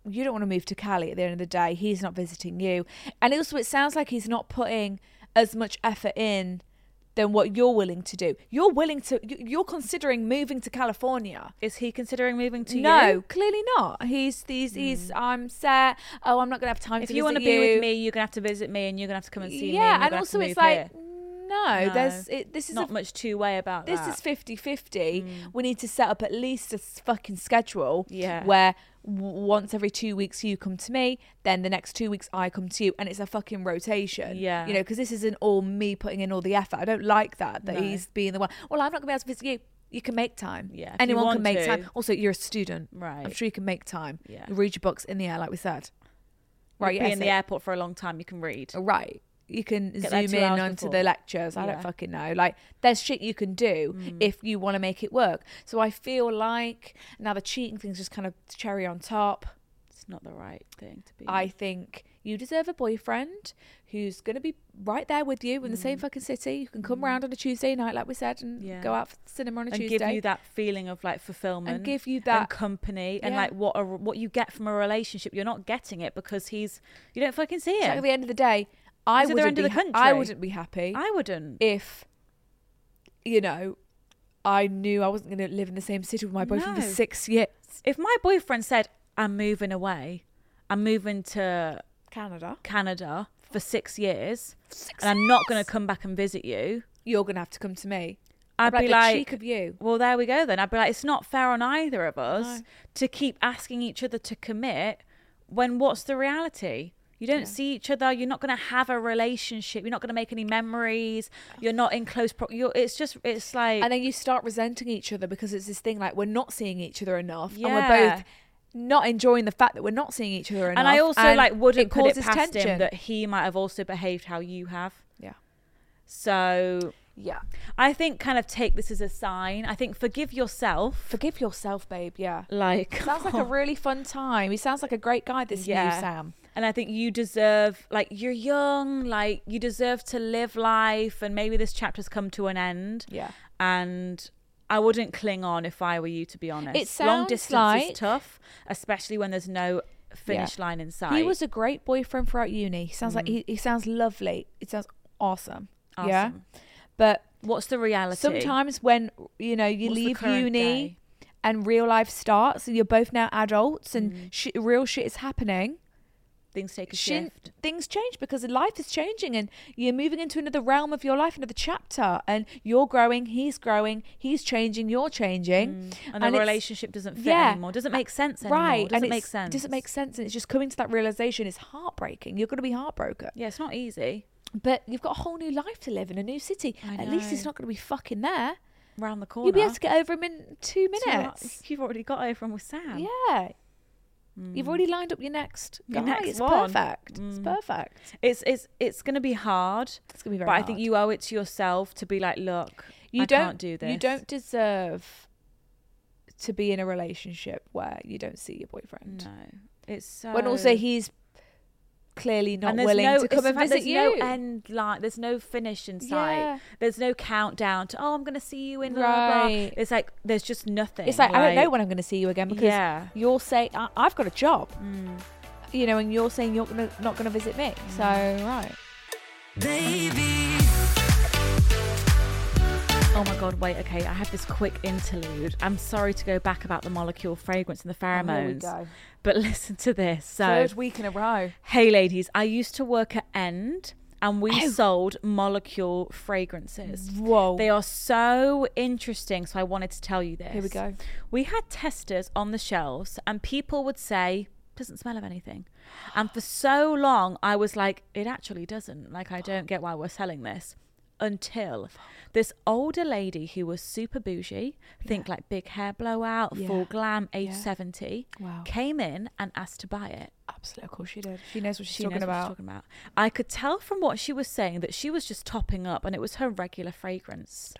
You don't want to move to Cali at the end of the day. He's not visiting you, and also it sounds like he's not putting as much effort in than what you're willing to do. You're willing to. you- You're considering moving to California.
is he considering moving to
no,
you Hmm.
clearly not. He's these. He's. I'm set. Oh, I'm not gonna have time.
if
to
you want
visit
to be with me you're gonna have to visit me and you're gonna have to come and see me
yeah
you're
and
gonna have to
also it's
move
like
here.
no, there's it, this is
not
a,
much two way about
this
that. Mm.
is 50 50 we need to set up at least a s- fucking schedule
Yeah.
where w- once every two weeks you come to me then the next two weeks i come to you and it's a fucking rotation
Yeah.
you know because this isn't all me putting in all the effort i don't like that that he's being the one well i'm not gonna be able to visit you you can make time
Yeah, if you
anyone
want
can make
to.
time also you're a student i'm
Right.
sure you can make time
Yeah.
you read your books in the air like we said
right
your
be in the
essay.
airport for a long time you can read
Right. You can
Get there
zoom
two
in
hours
onto
before.
the lectures. I
Yeah. Mm.
don't fucking know. Like, there's shit you can do if you want to make it work. So I feel like now the cheating thing's just kind of cherry on top.
it's not the right thing to be
I think you deserve a boyfriend who's going to be right there with you in the same fucking city. You can come round on a Tuesday night, like we said, and
Mm. Yeah.
go out for cinema on a
and
Tuesday.
give you that feeling of like fulfillment
give you that-
company and
Yeah.
like what a, what you get from a relationship you're not getting it because he's you don't fucking see
So
it
at the end of the day, I
He's at the
wouldn't,
end
be
of the
ha- I
country.
wouldn't be happy.
I wouldn't.
if you know I knew I wasn't going to live in the same city with my boyfriend
No.
for six years.
If my boyfriend said, I'm moving away, I'm moving to
Canada,
Canada for six years, and I'm not going to come back and visit you,
you're going to have to come to me.
I'd
I'd
be
be like,
like,
"The cheek of you."
Well, there we go then. I'd be like, it's not fair on either of us
No.
to keep asking each other to commit when what's the reality? You don't see each other. You're not going to have a relationship. You're not going to make any memories. You're not in close. Pro- you're, it's just. It's like.
And then you start resenting each other because it's this thing like we're not seeing each other enough, and we're
Yeah.
both not enjoying the fact that we're not seeing each other enough.
and I also like wouldn't
it
put it
causes
past
tension.
him that he might have also behaved how you have.
yeah,
So
yeah.
I think kind of take this as a sign. I think forgive yourself.
Forgive yourself, babe. Yeah,
like
sounds like a really fun time. He sounds like a great guy. This
Yeah.
new Sam.
and I think you deserve like you're young, like you deserve to live life and maybe this chapter's come to an end.
Yeah.
And I wouldn't cling on if I were you to be honest. Long
sounds
distance
like-
is tough, especially when there's no finish
Yeah.
line in sight.
He was a great boyfriend throughout uni. He
Mm.
sounds like he, he sounds lovely. It sounds awesome. Yeah.
Awesome.
But
What's the reality?
sometimes when you know you
What's the
leave
current
uni
day?
and real life starts, and you're both now adults and shi- real shit is happening.
things Mm. take a
shin-
shift.
things change because life is changing and you're moving into another realm of your life, another chapter, and you're growing, he's growing, he's changing, you're changing,
And, the
it's-
relationship doesn't fit
yeah.
anymore. Doesn't make sense anymore.
Right,
Doesn't
and
make
it's-
sense.
Doesn't make sense, and it's just coming to that realization. It's heartbreaking. You're going to be heartbroken.
Yeah, it's not easy.
But you've got a whole new life to live in a new city.
I
At least he's
know.
not going to be fucking there.
Round the corner.
You'll be able to get over him in two
Two and a half-
minutes.
You've already got over him with Sam.
Yeah. You've already lined up your next.
Hmm. Your
guy.
next
it's
one.
perfect. It's perfect.
It's it's it's gonna be hard.
It's gonna be very
But I think
hard.
you owe it to yourself to be like, look,
You
I
don't
can't do this.
You don't deserve to be in a relationship where you don't see your boyfriend.
No, it's so.
Mm. When also he's clearly not
there's
willing to
it's
come and
like
visit
there's no
you.
end line. There's no finish in sight.
Yeah.
There's no countdown to oh, I'm gonna see you in blah, blah blah.
Right.
It's like there's just nothing.
It's like, I don't know when I'm going to see you again because
Yeah.
you're saying I- I've got a job, you know, and you're saying you're gonna, not going to visit me. So right,
Baby,
Oh my god, wait, okay, I have this quick interlude. I'm sorry to go back about the molecule fragrance and the
Oh,
pheromones.
go.
But listen to this. So
week in a row.
Hey ladies, I used to work at End and we
Oh.
sold molecule fragrances.
Whoa.
They are so interesting, so I wanted to tell you this.
Here we go.
We had testers on the shelves and people would say doesn't smell of anything. And for so long I was like it actually doesn't. Like I don't get why we're selling this until this older lady who was super bougie, think like big hair blowout, full
Yeah.
glam, age
Yeah.
70,
Wow.
came in and asked to buy it
Absolutely, of course she did. She knows what she's
she
talking
knows what
about.
talking about. I could tell from what she was saying that she was just topping up and it was her regular fragrance.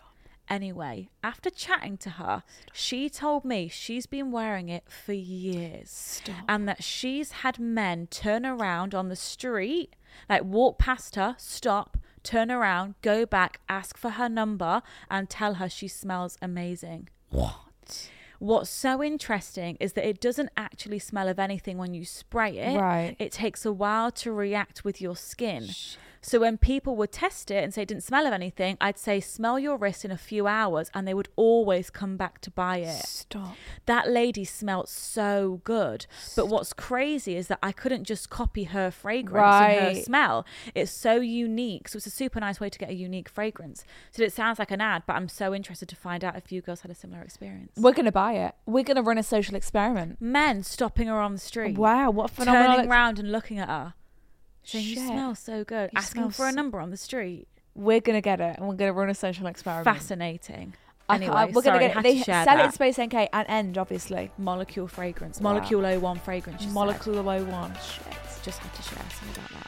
Anyway, after chatting to her, she told me she's been wearing it for years and that she's had men turn around on the street, like walk past her, stop, turn around, go back, ask for her number, and tell her she smells amazing. What's so interesting is that it doesn't actually smell of anything when you spray it.
Right.
It takes a while to react with your skin. So when people would test it and say it didn't smell of anything, I'd say smell your wrist in a few hours and they would always come back to buy it.
Stop.
That lady smelled so good. But what's crazy is that I couldn't just copy her fragrance and her
Right.
smell. It's so unique. So it's a super nice way to get a unique fragrance. So it sounds like an ad, but I'm so interested to find out if you girls had a similar experience
We're going to buy it. We're going to run a social experiment.
men stopping her on the street.
Wow, what a phenomenal
Turning
ex-
round and looking at her. Saying, you
Shit.
smell so good.
You
Asking
smell
for a
so-
number on the street.
We're going to get it, and we're going to run a social experiment.
Fascinating.
I
Anyway,
can't- we're
sorry,
gonna get
had
it.
to
They
share
sell it in
that.
Space NK and End, obviously.
Molecule fragrance.
Wow.
Molecule 01 fragrance. she said.
Molecule 01. Shit.
Just had to share something about that.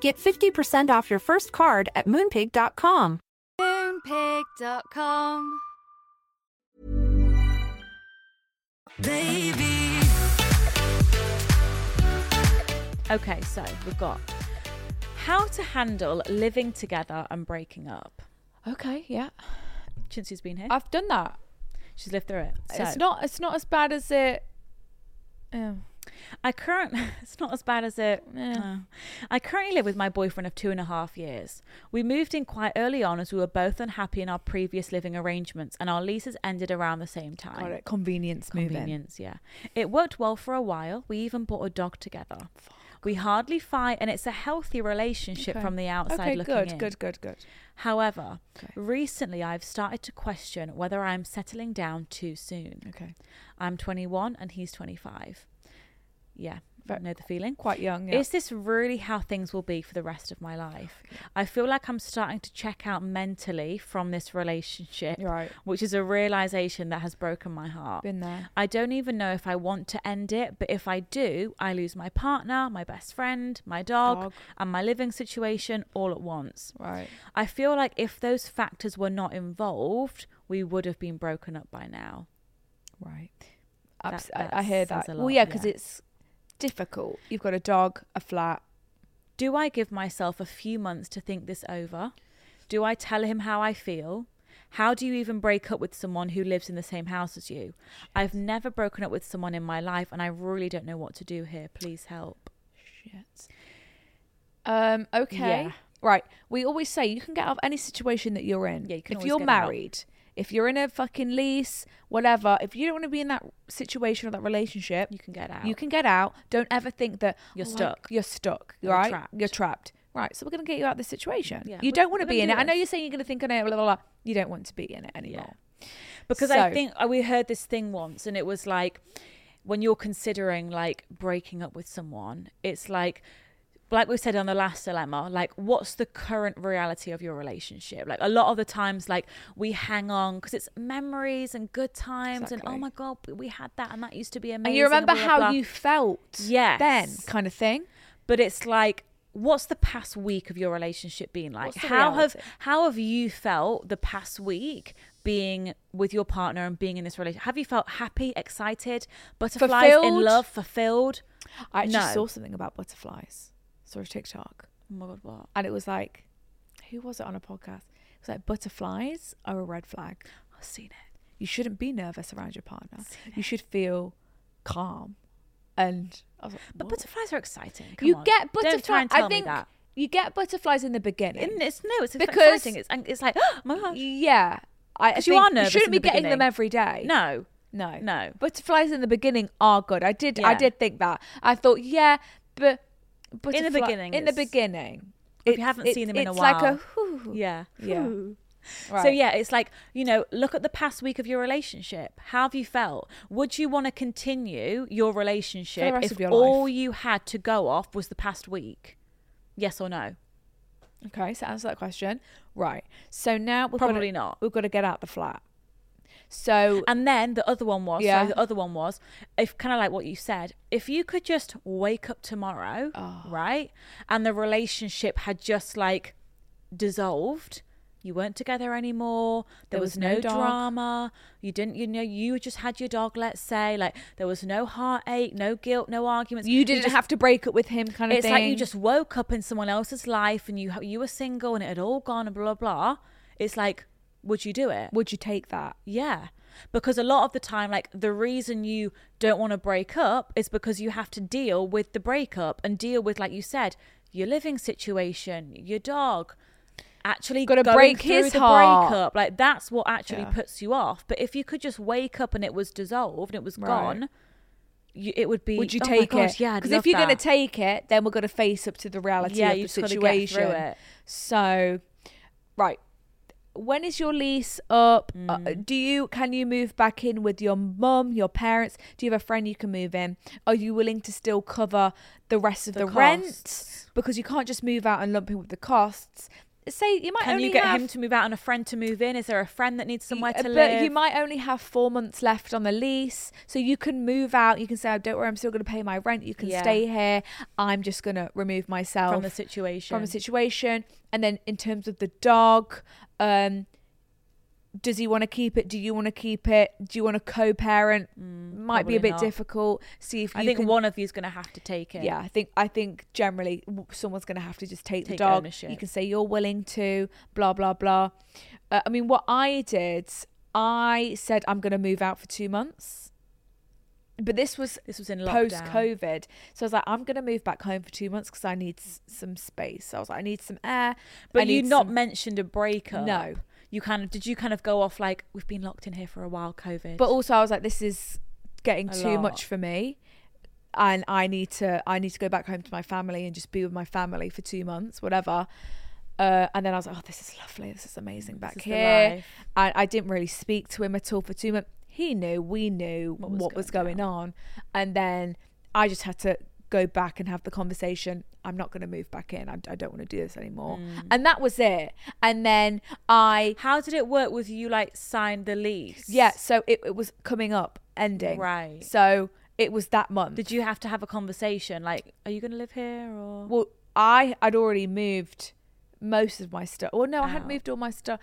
Get 50% off your first card at moonpig.com.
moonpig.com. Baby,
Okay, so we've got how to handle living together and breaking up.
Okay, yeah.
Chinsu's been here.
I've done that.
She's lived through it. So.
It's not It's not as bad as it. Oh.
I currently it's not as bad as it.
Yeah.
no. I currently live with my boyfriend of two and a half years. We moved in quite early on as we were both unhappy in our previous living arrangements, and our leases ended around the same time.
Got it. Convenience, moving.
Convenience, yeah. It worked well for a while. We even bought a dog together. We hardly fight, and it's a healthy relationship
Okay.
from the outside
okay,
looking
good,
in.
good, good, good.
However,
Okay.
recently I've started to question whether I'm settling down too soon.
Okay.
I'm 21 and he's 25. Yeah,
Ve-
know the feeling.
Quite young, yeah.
Is this really how things will be for the rest of my life? I feel like I'm starting to check out mentally from this relationship,
Right.
which is a realization that has broken my heart.
Been there.
I don't even know if I want to end it, but if I do, I lose my partner, my best friend, my dog,
Dog.
and my living situation all at once.
Right.
I feel like if those factors were not involved, we would have been broken up by now.
Right.
That-
Abs-
that
I, I hear
says
that.
a
Well,
lot,
yeah, because
yeah.
it's difficult. You've got a dog, a flat.
Do I give myself a few months to think this over? Do I tell him how I feel? How do you even break up with someone who lives in the same house as you? I've never broken up with someone in my life and I really don't know what to do here. Please help.
Shit. Um, okay.
Yeah.
Right. We always say you can get out of any situation that you're in.
Yeah, you can
if
always
you're
get out.
married, if you're in a fucking lease, whatever, if you don't want to be in that situation or that relationship,
You can get out.
You can get out. Don't ever think that
You're
"Oh, I-
stuck.
You're stuck.
You're
right?
trapped.
You're trapped. Right. So we're gonna get you out of this situation.
Yeah.
You
We're-
don't want to
we're
be
gonna
in
do
it. I know
this.
you're saying you're gonna think on it. Blah, blah, blah. You don't want to be in it anymore.
because
So-
I think uh, we heard this thing once, and it was like when you're considering like breaking up with someone, it's like like we said on the last dilemma like what's the current reality of your relationship like a lot of the times like we hang on because it's memories and good times and
Exactly.
oh my god we had that and that used to be amazing
And you remember
blah, blah,
how
blah.
you felt then,
Yes.
kind of thing.
but it's like what's the past week of your relationship been like
What's the
how have
reality?
how have you felt the past week being with your partner and being in this relationship have you felt happy excited butterflies
Fulfilled?
in love fulfilled
I actually
No.
saw something about butterflies. Saw a TikTok,
oh my god what
and it was like, who was it on a podcast? It was like butterflies are a red flag.
i've seen it
You shouldn't be nervous around your partner. You should feel calm. And I was like,
but
"What?"
butterflies are exciting Come
you
on.
get
Don't try
butterflies.
and tell
I think
me that
you get butterflies in the beginning.
And it's no it's
Because-
exciting it's, and it's like oh my god
yeah, I I
'Cause
think
you are nervous
shouldn't
in
be
the
getting them
beginning.
every day.
no
No,
No.
Butterflies in the beginning are good. I did, I
Yeah.
did think that. I thought, yeah, but butterfli-
beginning
in the
it's-
beginning,
If you
it's-
haven't
it's-
seen them in a
it's like a
while.
whew.
yeah
yeah.
So
Right.
yeah, it's like, you know, look at the past week of your relationship. How have you felt? Would you want to continue your relationship
rest
if
of your
all
life.
you had to go off was the past week? Yes or no?
Okay, so answer that question. Right. So now we've
Probably
gotta,
not.
We've got to get out the flat. So
And then the other one was,
Yeah.
so the other one was, if kind of like what you said, if you could just wake up tomorrow,
Ah.
right? And the relationship had just like dissolved. You weren't together anymore. There, was, no,
dog.
drama. You didn't, you know, you just had your dog, let's say. Like there was no heartache, no guilt, no arguments.
you didn't
just-
have to break up with him, kind of
it's
thing.
like you just woke up in someone else's life and you you were single and it had all gone and blah blah. It's like, would you do it?
Would you take that?
Yeah. Because a lot of the time, like the reason you don't want to break up is because you have to deal with the breakup and deal with, like you said, your living situation, your dog. Actually,
Gotta
going
break
through
his
the
heart.
breakup. Like that's what actually
Yeah.
puts you off. But if you could just wake up and it was dissolved and it was
Right.
gone, you, it would be.
Would you
"Oh my
take
God,
it?
Yeah, I'd
Because
love
if you're going
that."
to take it, then we're going to face up to the reality
Yeah,
of
you
the
just gotta get through
situation.
it.
So, right, when is your lease up? Uh,
Mm.
do you can you move back in with your mum, your parents? Do you have a friend you can move in? Are you willing to still cover the rest of the,
The
rent
costs.
because you can't just move out and lump in with the costs? Say you might
can
only
you get
have,
him to move out and a friend to move in? Is there a friend that needs somewhere
Y-
to
but
live?
you might only have four months left on the lease, so you can move out. You can say, "Oh, "Don't worry, I'm still going to pay my rent. You can
Yeah.
stay here. I'm just going to remove myself
from the situation.
from the situation." And then, in terms of the dog, um, does he want to keep it? Do you want to keep it? Do you want to co-parent? might be a
Mm, probably
bit
not.
difficult. See if you
I think
can-
one of you's going to have to take it.
yeah, I think I think generally w- someone's going to have to just take, the
Take
dog. You
ownership.
can say you're willing to, blah blah blah. Uh, I mean, what I did, I said I'm going to move out for two months, but this was
This was in lockdown.
post COVID, so I was like, I'm going to move back home for two months because I need s- some space. So I was like, I need some air. I
But you
need
not
some-
mentioned a breakup.
No.
You kind of did you kind of go off like we've been locked in here for a while, COVID.
But also, I was like, this is getting
A
too much
lot.
for me, and I need to I need to go back home to my family and just be with my family for two months, whatever. Uh, and then I was like, oh, this is lovely. This is amazing back
is the
here.
life.
And I didn't really speak to him at all for two months. He knew, we knew what was, going, on. And then I just had to go back and have the conversation. I'm not going to move back in. I, I don't want to do this anymore.
Mm.
And that was it. And then I
how did it work with you like signed the lease?
yeah, so it, it was coming up, ending.
Right.
So it was that month.
Did you have to have a conversation like are you going to live here or
Well, I had already moved most of my stuff. Well, no, I hadn't
Out.
moved all my stuff,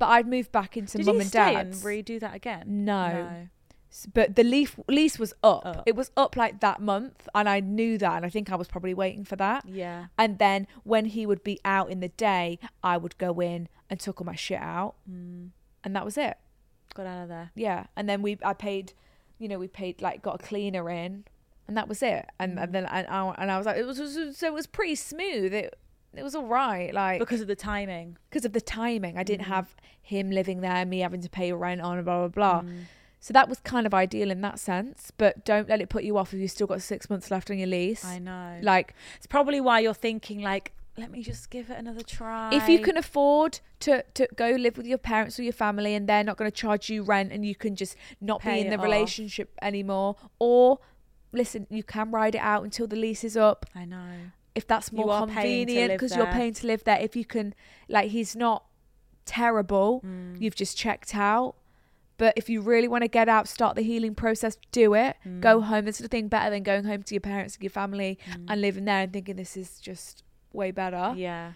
but I'd moved back into
did
mum
you
and
stay
dad's.
and redo that again?
No. S- but the leaf, lease was up.
Up.
It was up like that month, and I knew that, and I think I was probably waiting for that.
Yeah.
And then when he would be out in the day, I would go in and took all my shit out,
Mm.
and that was it.
Got out of there.
Yeah, and then we I paid, you know, we paid like got a cleaner in and that was it. And,
Mm.
and then and I, and I was like, it was so it was pretty smooth. It it was all right, like
because Mm-hmm. of the timing.
because of the timing. I didn't have him living there, me having to pay rent on, blah blah blah.
Mm.
So that was kind of ideal in that sense. But don't let it put you off if you've still got six months left on your lease.
I know.
Like
It's probably why you're thinking like, let me just give it another try.
if you can afford to to go live with your parents or your family and they're not going to charge you rent and you can just not
Pay
be in
it
the
off.
relationship anymore or listen you can ride it out until the lease is up
I know.
if that's
You
more
are paying to
convenient
live
because you're
there.
paying to live there if you can like he's not terrible
Mm.
you've just checked out but if you really want to get out start the healing process do it
Mm.
go home there's nothing better than going home to your parents and your family and living there and thinking this is just way better
Yeah.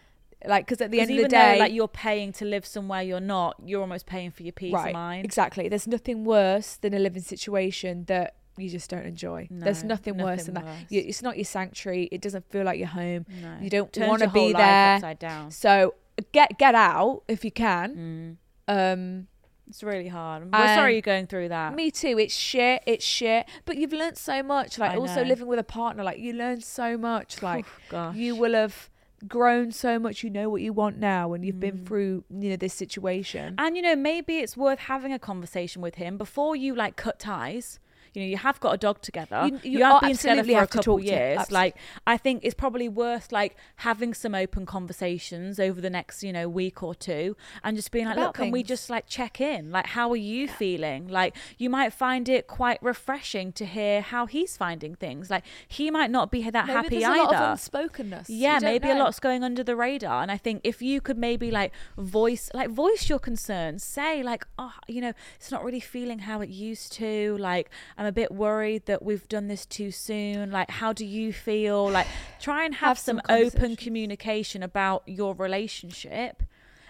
like because at the end of
even
the day
though like you're paying to live somewhere you're not, you're almost paying for your peace of mind.
Exactly. There's nothing worse than a living situation that you just don't enjoy. There's
No,
nothing, worse than
nothing
that.
worse.
You, it's not your sanctuary. It doesn't feel like your home.
No.
You don't
Turns
want to
your whole
be
life
there.
upside down.
So get get out if you can.
Mm.
Um,
It's really hard. We're sorry
And-
you're going through that.
me too. It's shit. It's shit. But you've learnt so much. Like
I
also
know.
living with a partner, like you learn so much. Like
gosh.
you will have grown so much. You know what you want now, and you've been through you know this situation.
Mm. And you know, maybe it's worth having a conversation with him before you like cut ties. You know, you have got a dog together.
You-
You,
you
have
are
been together
absolutely
for a
have to
couple
talk to-
years.
abso-
Like, I think it's probably worth like having some open conversations over the next, you know, week or two, and just being like,
About
look, can we
things.
just like check in? Like, how are you feeling? Like, you might find it quite refreshing to hear how he's finding things. Like, he might not be that
Maybe
happy
there's a
either.
lot of unspokenness. You
Yeah,
don't
maybe a
know.
lot's going under the radar. And I think if you could maybe like voice like voice your concerns, say like, oh, you know, it's not really feeling how it used to. Like, I'm a bit worried that we've done this too soon. Like, how do you feel? Like, try and have,
Have some
some, open
conversations.
communication about your relationship.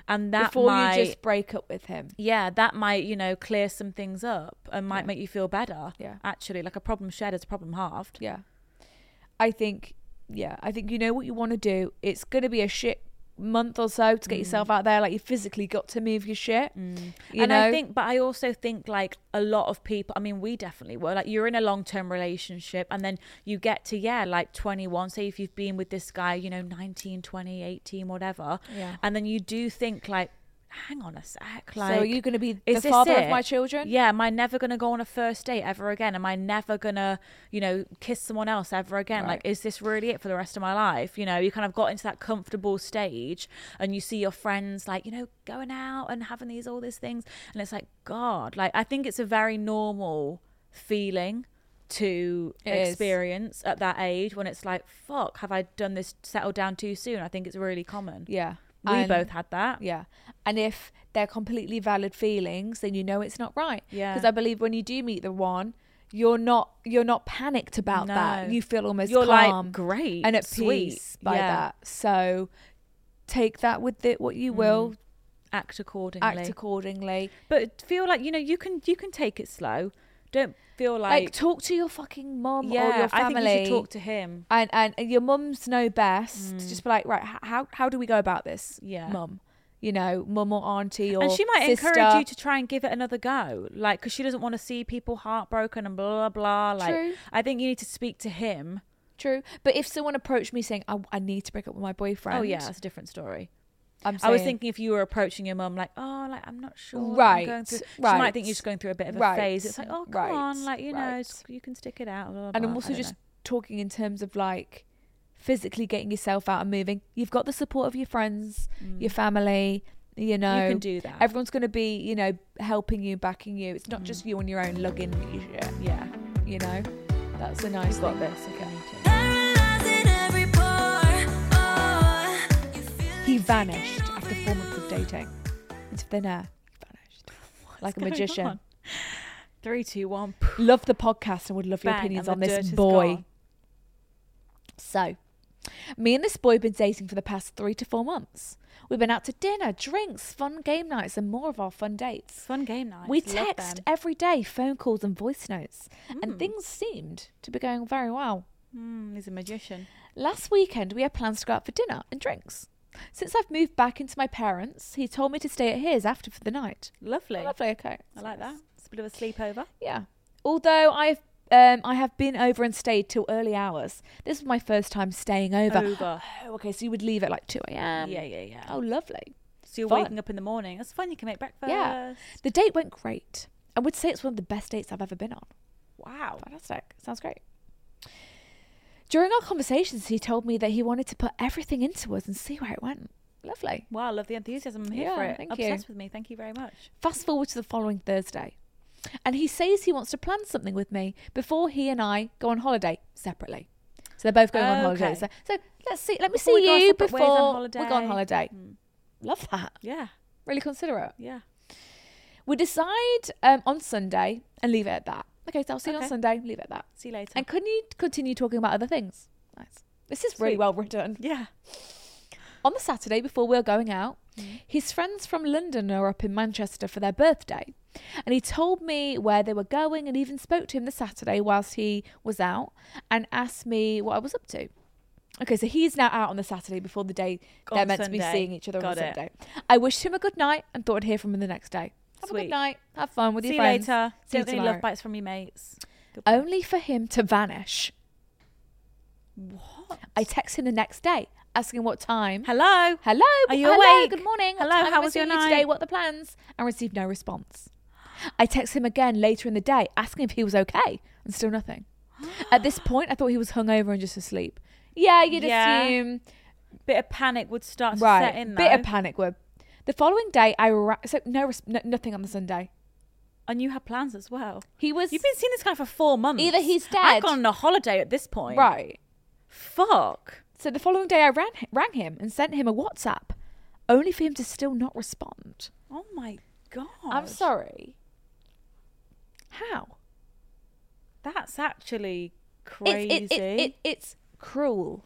And that
before
might
you just break up with him.
yeah, that might, you know, clear some things up and might
Yeah.
make you feel better.
Yeah.
Actually, like a problem shared is a problem halved.
Yeah. I think, yeah, I think you know what you want to do. It's going to be a shit month or so to get yourself out there. Like, you physically got to move your shit. You
Mm. and
know?
I think, but I also think like a lot of people. I mean, we definitely were like you're in a long term relationship, and then you get to yeah, like 21. Say if you've been with this guy, you know, 19, 20, 18, whatever,
Yeah.
and then you do think like, hang on a sec,
So
like,
are you gonna be
is
the
this
father of
it?
my children?
Yeah, am I never gonna go on a first date ever again? Am I never gonna, you know, kiss someone else ever again? Like, is this really it for the rest of my life? You know, you kind of got into that comfortable stage, and you see your friends like, you know, going out and having these all these things, and it's like, God, like I think it's a very normal feeling to
It is.
experience at that age when it's like, fuck, have I done this settled down too soon? I think it's really common.
yeah.
We
And-
both had that.
Yeah. And if they're completely valid feelings, then you know it's not right.
Yeah.
Because I believe when you do meet the one, you're not you're not panicked about that.
No.
You feel almost
You're like,
calm
great,
and at
sweet.
peace by
Yeah.
that. So take that with it what you will.
Mm, Act accordingly.
Act accordingly.
but feel like you know you can you can take it slow don't feel
like,
like,
talk to your fucking mum
yeah
or your
i
family.
think you should talk to him
and, and and your mums know best. Just be like, right, h- how how do we go about this?
Yeah.
mum. You know, mum or auntie or
and she might
sister.
encourage you to try and give it another go like because she doesn't want to see people heartbroken and blah blah blah like
True.
i think you need to speak to him
True, but if someone approached me saying, I, "I need to break up with my boyfriend,"
oh yeah that's a different story
I'm
i was
saying-
thinking if you were approaching your mum like oh like i'm not sure I'm
Right,
going through-" she
right,
might think you're just going through a bit of a
right,
phase it's like oh come
right,
on like you know
right.
it's- you can stick it out blah, blah,
and
blah.
I'm
I
also
don't
just
know.
talking in terms of like physically getting yourself out and moving. You've got the support of your friends, your family. You know,
Mm. can do that.
Everyone's going to be, you know, helping you, backing you. It's not just you on your own lugging your shit.
Mm. yeah
You know, that's a nice
got
thing.
this if you need to
Paralyzing every pore. Oh, you feel
He vanished after four months of dating into thin air. He vanished like a
going
magician.
on? three two one
Love the podcast and would love your
Bang,
opinions on
and the dirt
this
is
boy.
gone.
So, me and this boy have been dating for the past three to four months. We've been out to dinner, drinks, fun game nights, and more of our fun dates.
fun game night
We text every day, phone calls, and voice notes, and things seemed to be going very well.
Mm, he's a magician.
Last weekend, we had plans to go out for dinner and drinks. Since I've moved back into my parents', he told me to stay at his after for the night.
Lovely.
Lovely, okay.
I like that. It's a bit of a sleepover.
Yeah. Although I've um, I have been over and stayed till early hours. This was my first time staying over.
Over.
Oh, okay, so you would leave at like 2 a.m.
Yeah, yeah, yeah.
Oh, lovely.
So you're
Fun.
waking up in the morning. That's fun. You can make breakfast.
Yeah. The date went great. I would say it's one of the best dates I've ever been on.
Wow.
Fantastic. Sounds great. During our conversations, he told me that he wanted to put everything into us and see where it went. Lovely.
Wow. I love the enthusiasm. I'm here
Yeah,
for it.
thank you.
Obsessed with me. Thank you very much.
Fast forward to the following Thursday. And he says he wants to plan something with me before he and I go on holiday separately. So they're both going on holiday.
Okay.
So, so let's see. Let me
Before we
see
go our
you
separate
before
ways on
we go on
holiday. Hmm.
holiday. Love that.
Yeah.
Really considerate.
Yeah.
We decide um, on Sunday and leave it at that. Okay, so I'll see you on
Okay.
Sunday. Leave it at that.
See you later.
And couldn't you continue talking about other things? Nice. This is really
Sweet.
well written.
yeah.
On the Saturday before we are going out,
Mm.
his friends from London are up in Manchester for their birthday. And he told me where they were going and even spoke to him the Saturday whilst he was out and asked me what I was up to. Okay, so he's now out on the Saturday before the day
On
they're meant to be
Sunday.
seeing each other on
Got
the
it.
Sunday. I wished him a good night and thought I'd hear from him the next day. Have a
Sweet.
good night. Have fun with
See
your
you
friends.
later.
See you
Don't any love
tomorrow.
bites from your mates. Goodbye.
Only for him to vanish.
What?
I text him the next day asking what time.
Hello.
Hello.
Are you
hello,
awake?
Good morning. What
Hello,
time
how
am I
was your
seeing you today?
night?
What are the plans? And received no response. I text him again later in the day asking if he was okay, and still nothing. At this point, I thought he was hungover and just asleep. Yeah, you'd
Yeah.
assume.
Bit of panic would start to
Right,
set in
bit of
though.
panic. Were the following day I ra- so no, res- no nothing on the Sunday.
And you had plans as well.
He was
You've been seeing this guy for four months.
Either he's dead-
I've gone on a holiday at this point.
right.
Fuck.
So the following day I ran rang him and sent him a WhatsApp, only for him to still not respond.
Oh my god.
I'm sorry. How?
That's actually crazy.
It's, it, it, it, it's cruel.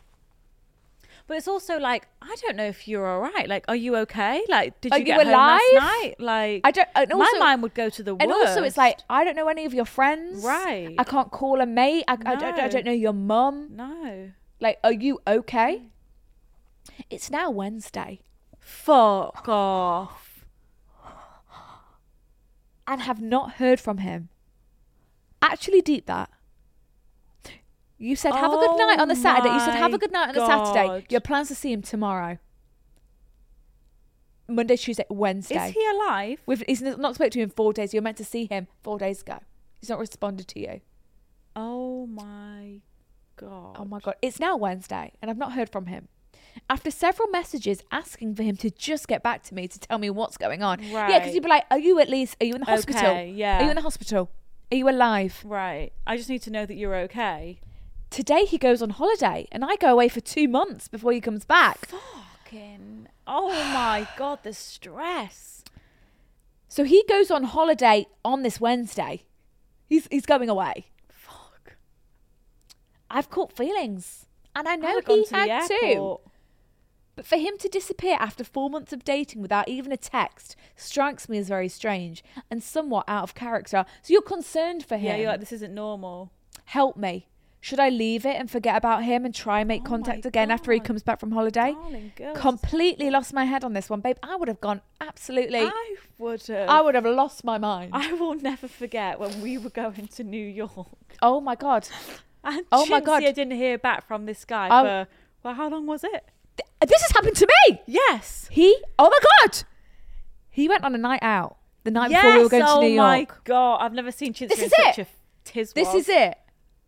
but it's also like I don't know if you're all right. Like, are you okay? Like, did
Are
you,
you
get home
alive?
last night? Like,
I don't. And also,
my mind would go to the
And
worst.
also, it's like I don't know any of your friends.
Right.
I can't call a mate. I, I, don't, I
No.
don't know your mum.
no.
Like, are you okay? It's now Wednesday,
Fuck off.
and have not heard from him. Actually, deep that. You said have a good night on the
Oh
Saturday. You said have
my
a good night on the Saturday.
God.
Your plans to see him tomorrow. Monday, Tuesday, Wednesday.
Is he alive?
We've, he's not spoken to you in four days. You're meant to see him four days ago. He's not responded to you.
Oh my god.
Oh my god! It's now Wednesday, and I've not heard from him. After several messages asking for him to just get back to me to tell me what's going on. Yeah, because
Right.
you'd be like, "Are you at least? Are you in the hospital?
Okay, yeah.
Are you in the hospital? Are you alive?"
Right. I just need to know that you're okay.
Today he goes on holiday, and I go away for two months before he comes back.
Fucking. Oh my god. The stress.
So he goes on holiday on this Wednesday. He's he's going away.
Fuck.
I've caught feelings, and I know
I'd have gone
he
to the
had too.
airport.
But for him to disappear after four months of dating without even a text strikes me as very strange and somewhat out of character. So you're concerned for him.
Yeah, you're like this isn't normal.
Help me. Should I leave it and forget about him and try and make
Oh
contact
my
again after he
God.
comes back from holiday?
Darling girl, this is-
Completely lost my head on this one, babe. I would have gone absolutely. I,
I would have.
would have lost my mind.
I will never forget when we were going to New York.
oh my god.
And
Oh my God.
Chintzy, I didn't hear back from this guy
Oh.
for well, how long was it?
Th- this has happened to me.
Yes.
He. Oh my god. He went on a night out the night before we were going
oh
to New York.
my god, I've never seen Chintzy
This
in
is
such
it.
a tiz.
This is it.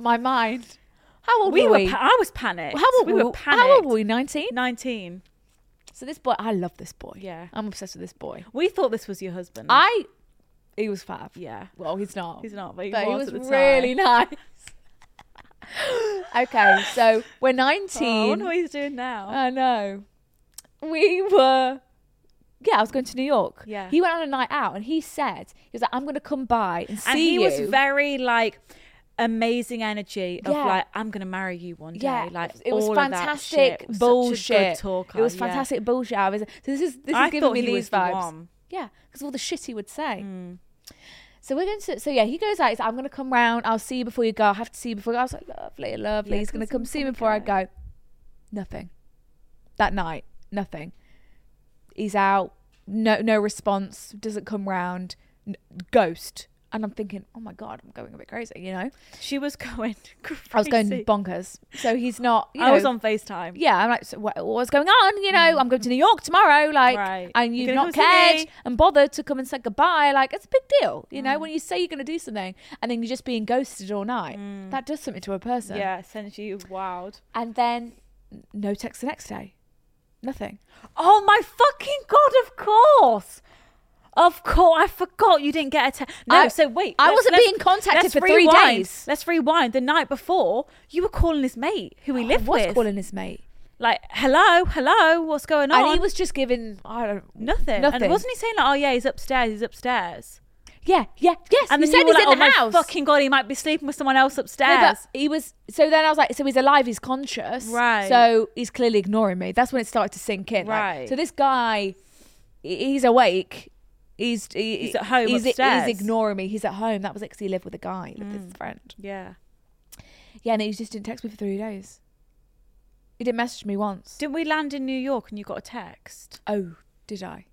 My mind. How old
We
were
were.
we?
Pa- I was panicked.
how old
we
were
were panicked.
How old were we? Nineteen.
Nineteen.
So this boy, I love this boy.
Yeah.
I'm obsessed with this boy.
We thought this was your husband.
I. He was fab.
Yeah.
Well, he's not.
He's not, but he
he
was
was
at the
really nice. okay, so we're
Oh, I
nineteen.
wonder what he's doing now.
I know. We were. Yeah, I was going to New York.
Yeah.
He went on a night out, and he said he was like, "I'm going to come by and see
and he
you."
was very like amazing energy of
Yeah.
like I'm gonna marry you one day.
yeah,
like
it was
all of that shit.
fantastic
It was such a good
bullshit.
talker,
it was
yeah.
fantastic bullshit. I was, so this is this is
I
giving
thought
me
he
these
was the
vibes.
one.
Yeah, because all the shit he would say.
Hmm.
So we're going to. So yeah, he goes out. He's like, I'm going to come round. I'll see you before you go. I have to see you before. You go. I was like, lovely, lovely.
Yeah,
he's
come
going to
see
come
me
see
before
me
we
before
go.
I go. Nothing. That night, nothing. He's out. No, no response. Doesn't come round. N- ghost. and I'm thinking, oh my god, I'm going a bit crazy, you know.
She was going crazy.
I was going bonkers. So he's not. You know,
I was on FaceTime.
Yeah, I'm like, so what, what's going on? You know, I'm going to New York tomorrow, like,
Right.
and
You're
you've
gonna
not
come see
cared
me.
and bothered to come and say goodbye. Like, it's a big deal, you
Mm.
know, when you say you're going to do something and then you're just being ghosted all night. That does something to a person.
Mm. Yeah, sent you wild.
And then n- no text the next day, nothing.
Oh my fucking god! Of course, of course. I forgot you didn't get a text. No,
I-
so wait.
I
let's-
wasn't
let's-
being contacted
let's
for three
rewind.
days.
Let's rewind. The night before, you were calling his mate, who he
Oh,
lived
I was
with,
calling his mate,
like, "Hello, hello, what's going on?" Mm.
and he was just giving I don't
nothing.
nothing.
And wasn't he saying like, "Oh yeah, he's upstairs. He's upstairs."
Yeah, yeah, yes.
And
he
then
said
you were
he's
like,
in the
"Oh
house.
my fucking god, he might be sleeping with someone else
No,
upstairs."
but he was. So then I was like, so he's alive, he's conscious.
Right.
So he's clearly ignoring me. That's when it started to sink in. like,
Right.
so this guy, he- he's awake. He's he-
He's at home
He's,
upstairs. Mm.
he's ignoring me. He's at home. That was because he lived with a guy, with his friend.
yeah.
Yeah, and he just didn't text me for three days. He didn't message me once.
Didn't we land in New York and you got a text?
oh, did I?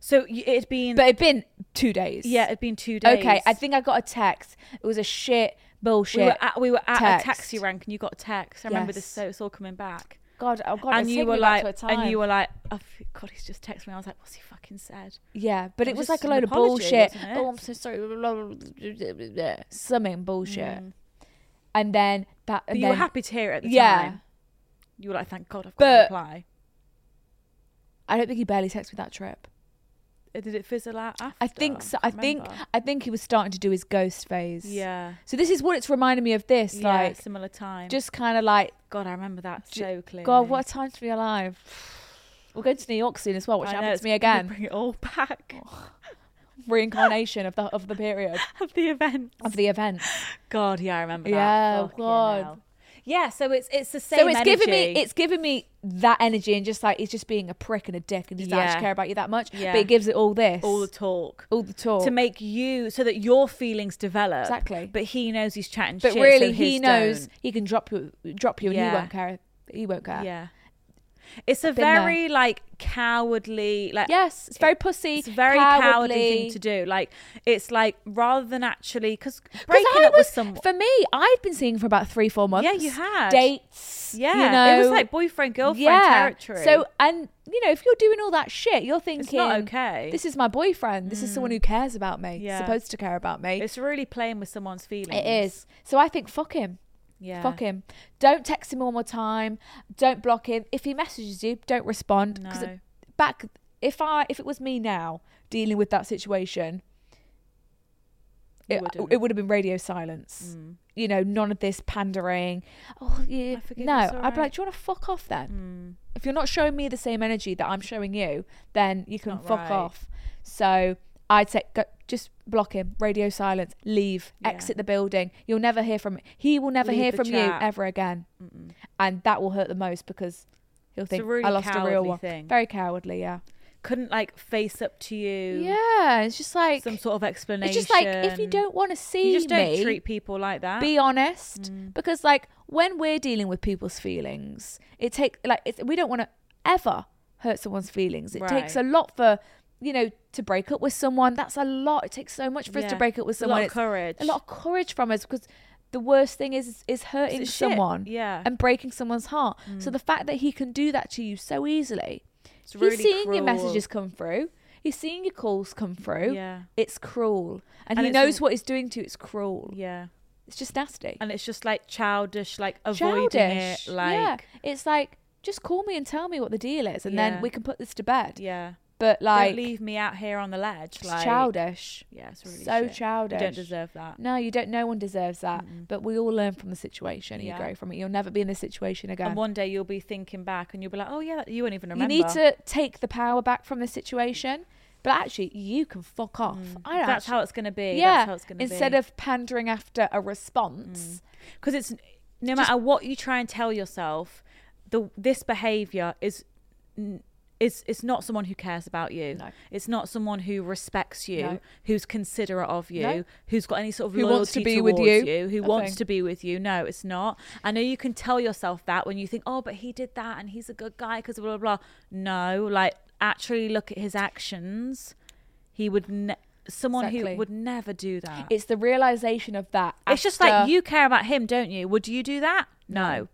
So y- it'd been
But it'd been two days.
yeah, it'd been two days.
Okay, I think I got a text. It was a shit bullshit.
we were at, we were at
text.
a taxi rank and you got a text. I remember this.
Yes.
So it's all coming back.
God, oh God,
and
it's
you
taken
were
me
like,
back to a time.
and you were like, oh f- God, he's just texted me. I was like, what's he fucking said?
Yeah, but
It
it,
was
was, like
just
a
an
load of
apology,
bullshit.
wasn't it?
Oh, I'm so sorry. blah, blah, blah, blah, blah, blah, Something bullshit. And then that.
Mm. But
And
you
then,
were happy to hear it at the
yeah,
time. You were like, thank God I've got a
But-
reply.
I don't think he barely texted me that trip.
Uh, Did it fizzle out after?
I think so. I
can't
think
remember.
I think he was starting to do his ghost phase.
Yeah.
So this is what it's reminding me of. This
yeah,
like
similar time.
just kind of like
God, I remember that
j-
so clearly.
God, what a time to be alive. We're going to New York soon as well, which
I know,
happens
it's
to me
gonna
again. Oh.
Bring it all back
Reincarnation of the of the period
of the event.
of the event.
God, yeah, I remember
Yeah,
that.
oh
Fucking
God.
hell. Yeah, so it's it's the same.
so it's giving
energy.
me it's giving me that energy and just like it's just being a prick and a dick and just not
Yeah.
actually care about you that much
Yeah.
but it gives it all this
all the talk.
all the talk
to make you so that your feelings develop.
Oh. Exactly.
But he knows he's chatting
but
shit.
really
so
he
his
knows
don't.
he can drop you drop you and
Yeah.
he won't care he won't care
Yeah. It's a
been there.
very like cowardly like
yes it's very pussy
It's a very cowardly. thing to do. Like it's like rather than actually because breaking
I
up
was,
with someone.
for me I'd been seeing for about three four months
Yeah, you had.
dates
yeah,
you know
it was like boyfriend girlfriend territory.
So and you know, if you're doing all that shit, you're thinking
not okay. Mm.
This is my boyfriend. This is someone who cares about me.
Yeah.
Supposed to care about me.
it's really playing with someone's feelings.
It is. So I think fuck him.
Yeah.
Fuck him. Don't text him one more time. Don't block him. If he messages you, don't respond. 'Cause
No.
back if I if it was me now dealing with that situation,
You
it,
wouldn't. Mm.
it would have been radio silence. You know, none of this pandering. Oh, yeah.
I forgive,
No,
it's Mm. all
I'd be
right.
like, do you want to fuck off then? If you're not showing me the same energy that I'm showing you, then you can
not
fuck
right.
off. So I'd say, go, just block him, radio silence, leave,
Yeah.
exit the building. You'll never hear from He will never
Leave
hear
the
from
chat.
you ever again. And that will hurt the most because he'll
It's a
think,
really
I lost a real
cowardly
one.
thing.
Very cowardly, yeah.
Couldn't like face up to you.
Yeah, it's just like
Some sort of explanation.
It's just like if you don't want to see
you just don't
me,
treat people like that. Mm.
be honest, because like when we're dealing with people's feelings, it takes like it's, we don't want to ever hurt someone's feelings. It takes a
Right.
lot for you know to break up with someone. That's a lot. It takes so much for us to
Yeah.
break up with
It's a
someone.
lot of courage.
A lot of courage from us because. The worst thing is is hurting
shit,
someone,
yeah. Mm.
and breaking someone's heart. So the fact that he can do that to you so easily,
It's really
he's seeing
cruel.
your messages come through. He's seeing your calls come through.
Yeah.
It's cruel. And,
And
he
it's
knows
all-
what he's doing to you. It's cruel.
Yeah.
It's just nasty.
And it's just like childish, like avoiding
Childish.
it. Like,
yeah. It's like, just call me and tell me what the deal is and
Yeah.
then we can put this to bed.
yeah.
But like,
don't leave me out here on the ledge.
it's
Like,
childish.
Yeah, it's really
So
shit.
childish.
You don't deserve that.
No, you don't. No one deserves that. But we all learn from the situation.
Yeah.
You grow from it. You'll never be in this situation again.
And one day you'll be thinking back and you'll be like, oh, yeah, you won't even
you
remember.
need to take the power back from the situation. But actually, you can fuck off. I don't
Mm. That's
actually-
how it's going to be.
Yeah.
That's how it's going to be. Mm.
Instead of pandering after a response.
Because it's no matter what you try and tell yourself, the this behavior is. n- It's, it's not someone who cares about you.
No.
It's not someone who respects you,
No.
who's considerate of you,
No.
who's got any sort of
Who
loyalty
wants to be with
towards
you.
who
Nothing.
wants to be with you. No, it's not. I know you can tell yourself that when you think, oh, but he did that and he's a good guy because blah blah blah. No, like actually look at his actions. He would ne- someone
Exactly.
who would never do that.
It's the realization of that.
Ah. it's just
after-
like you care about him, don't you? Would you do that? No.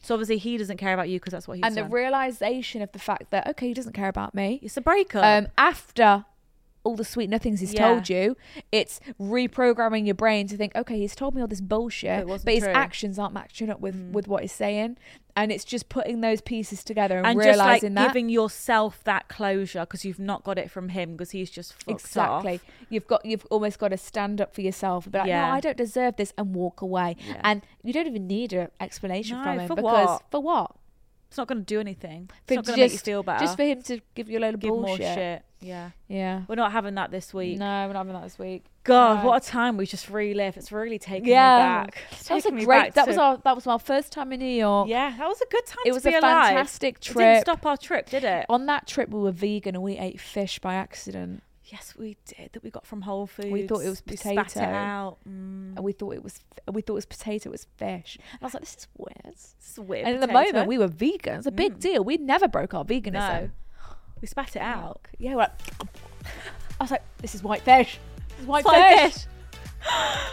So obviously he doesn't care about you because that's what he's
and the
done.
realization of the fact that okay, he doesn't care about me.
it's a breakup.
Um, after all the sweet nothings he's
Yeah.
told you, it's reprogramming your brain to think, okay, he's told me all this bullshit,
It wasn't
but his
true. Mm.
actions aren't matching up with with what he's saying, and it's just putting those pieces together and,
and just like
realizing that
giving yourself that closure because you've not got it from him because he's just fucked
exactly
off.
you've got you've almost got to stand up for yourself and be like
Yeah.
no i don't deserve this and walk away and you don't even need an explanation
No,
from him
for
because
what?
for what
It's not going to do anything. It's
for
not going to make you feel better.
just for him to give you a load of
give
bullshit
more shit. Yeah.
yeah
We're not having that this week.
no we're not having that this week
God,
No.
what a time we just relive. It's really taking
yeah
me back. It's
that was a
taking me
great
back
that
to-
was our that was my first time in new york
Yeah, that was a good time
It
to
was
be
a
alive.
fantastic
It
trip.
didn't stop our trip, did it?
on that trip we were vegan and we ate fish by accident
yes, we did. That we got from Whole Foods.
We thought it was
We spat it
potato.
out. Mm.
and we thought it was we thought it was potato it was fish and i was like this is weird
This is weird.
and in the
potato.
moment we were vegan it's a big
Mm.
deal we never broke our veganism
No. We spat it out.
Fuck. Yeah, we're like, I was like, this is white fish. This is white
It's like
fish.
fish.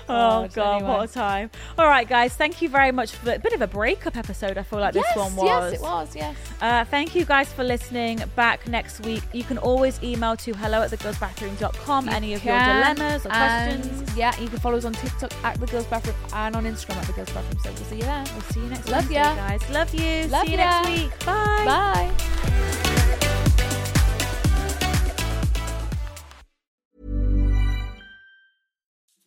God,
Oh god,
anyway.
what a time! All right, guys, thank you very much for a bit of a breakup episode. I feel like
yes,
this one
yes, it was. Yes.
Uh, thank you guys for listening. Back next week. You can always email to hello at thegirlsbathroom.com any of your dilemmas or
And,
questions.
Yeah, you can follow us on TikTok at the girls bathroom and on Instagram at the girls bathroom. So we'll see you there.
We'll see you next
Love
Wednesday,
ya.
guys. Love you.
Love
see you
ya.
next week.
Bye.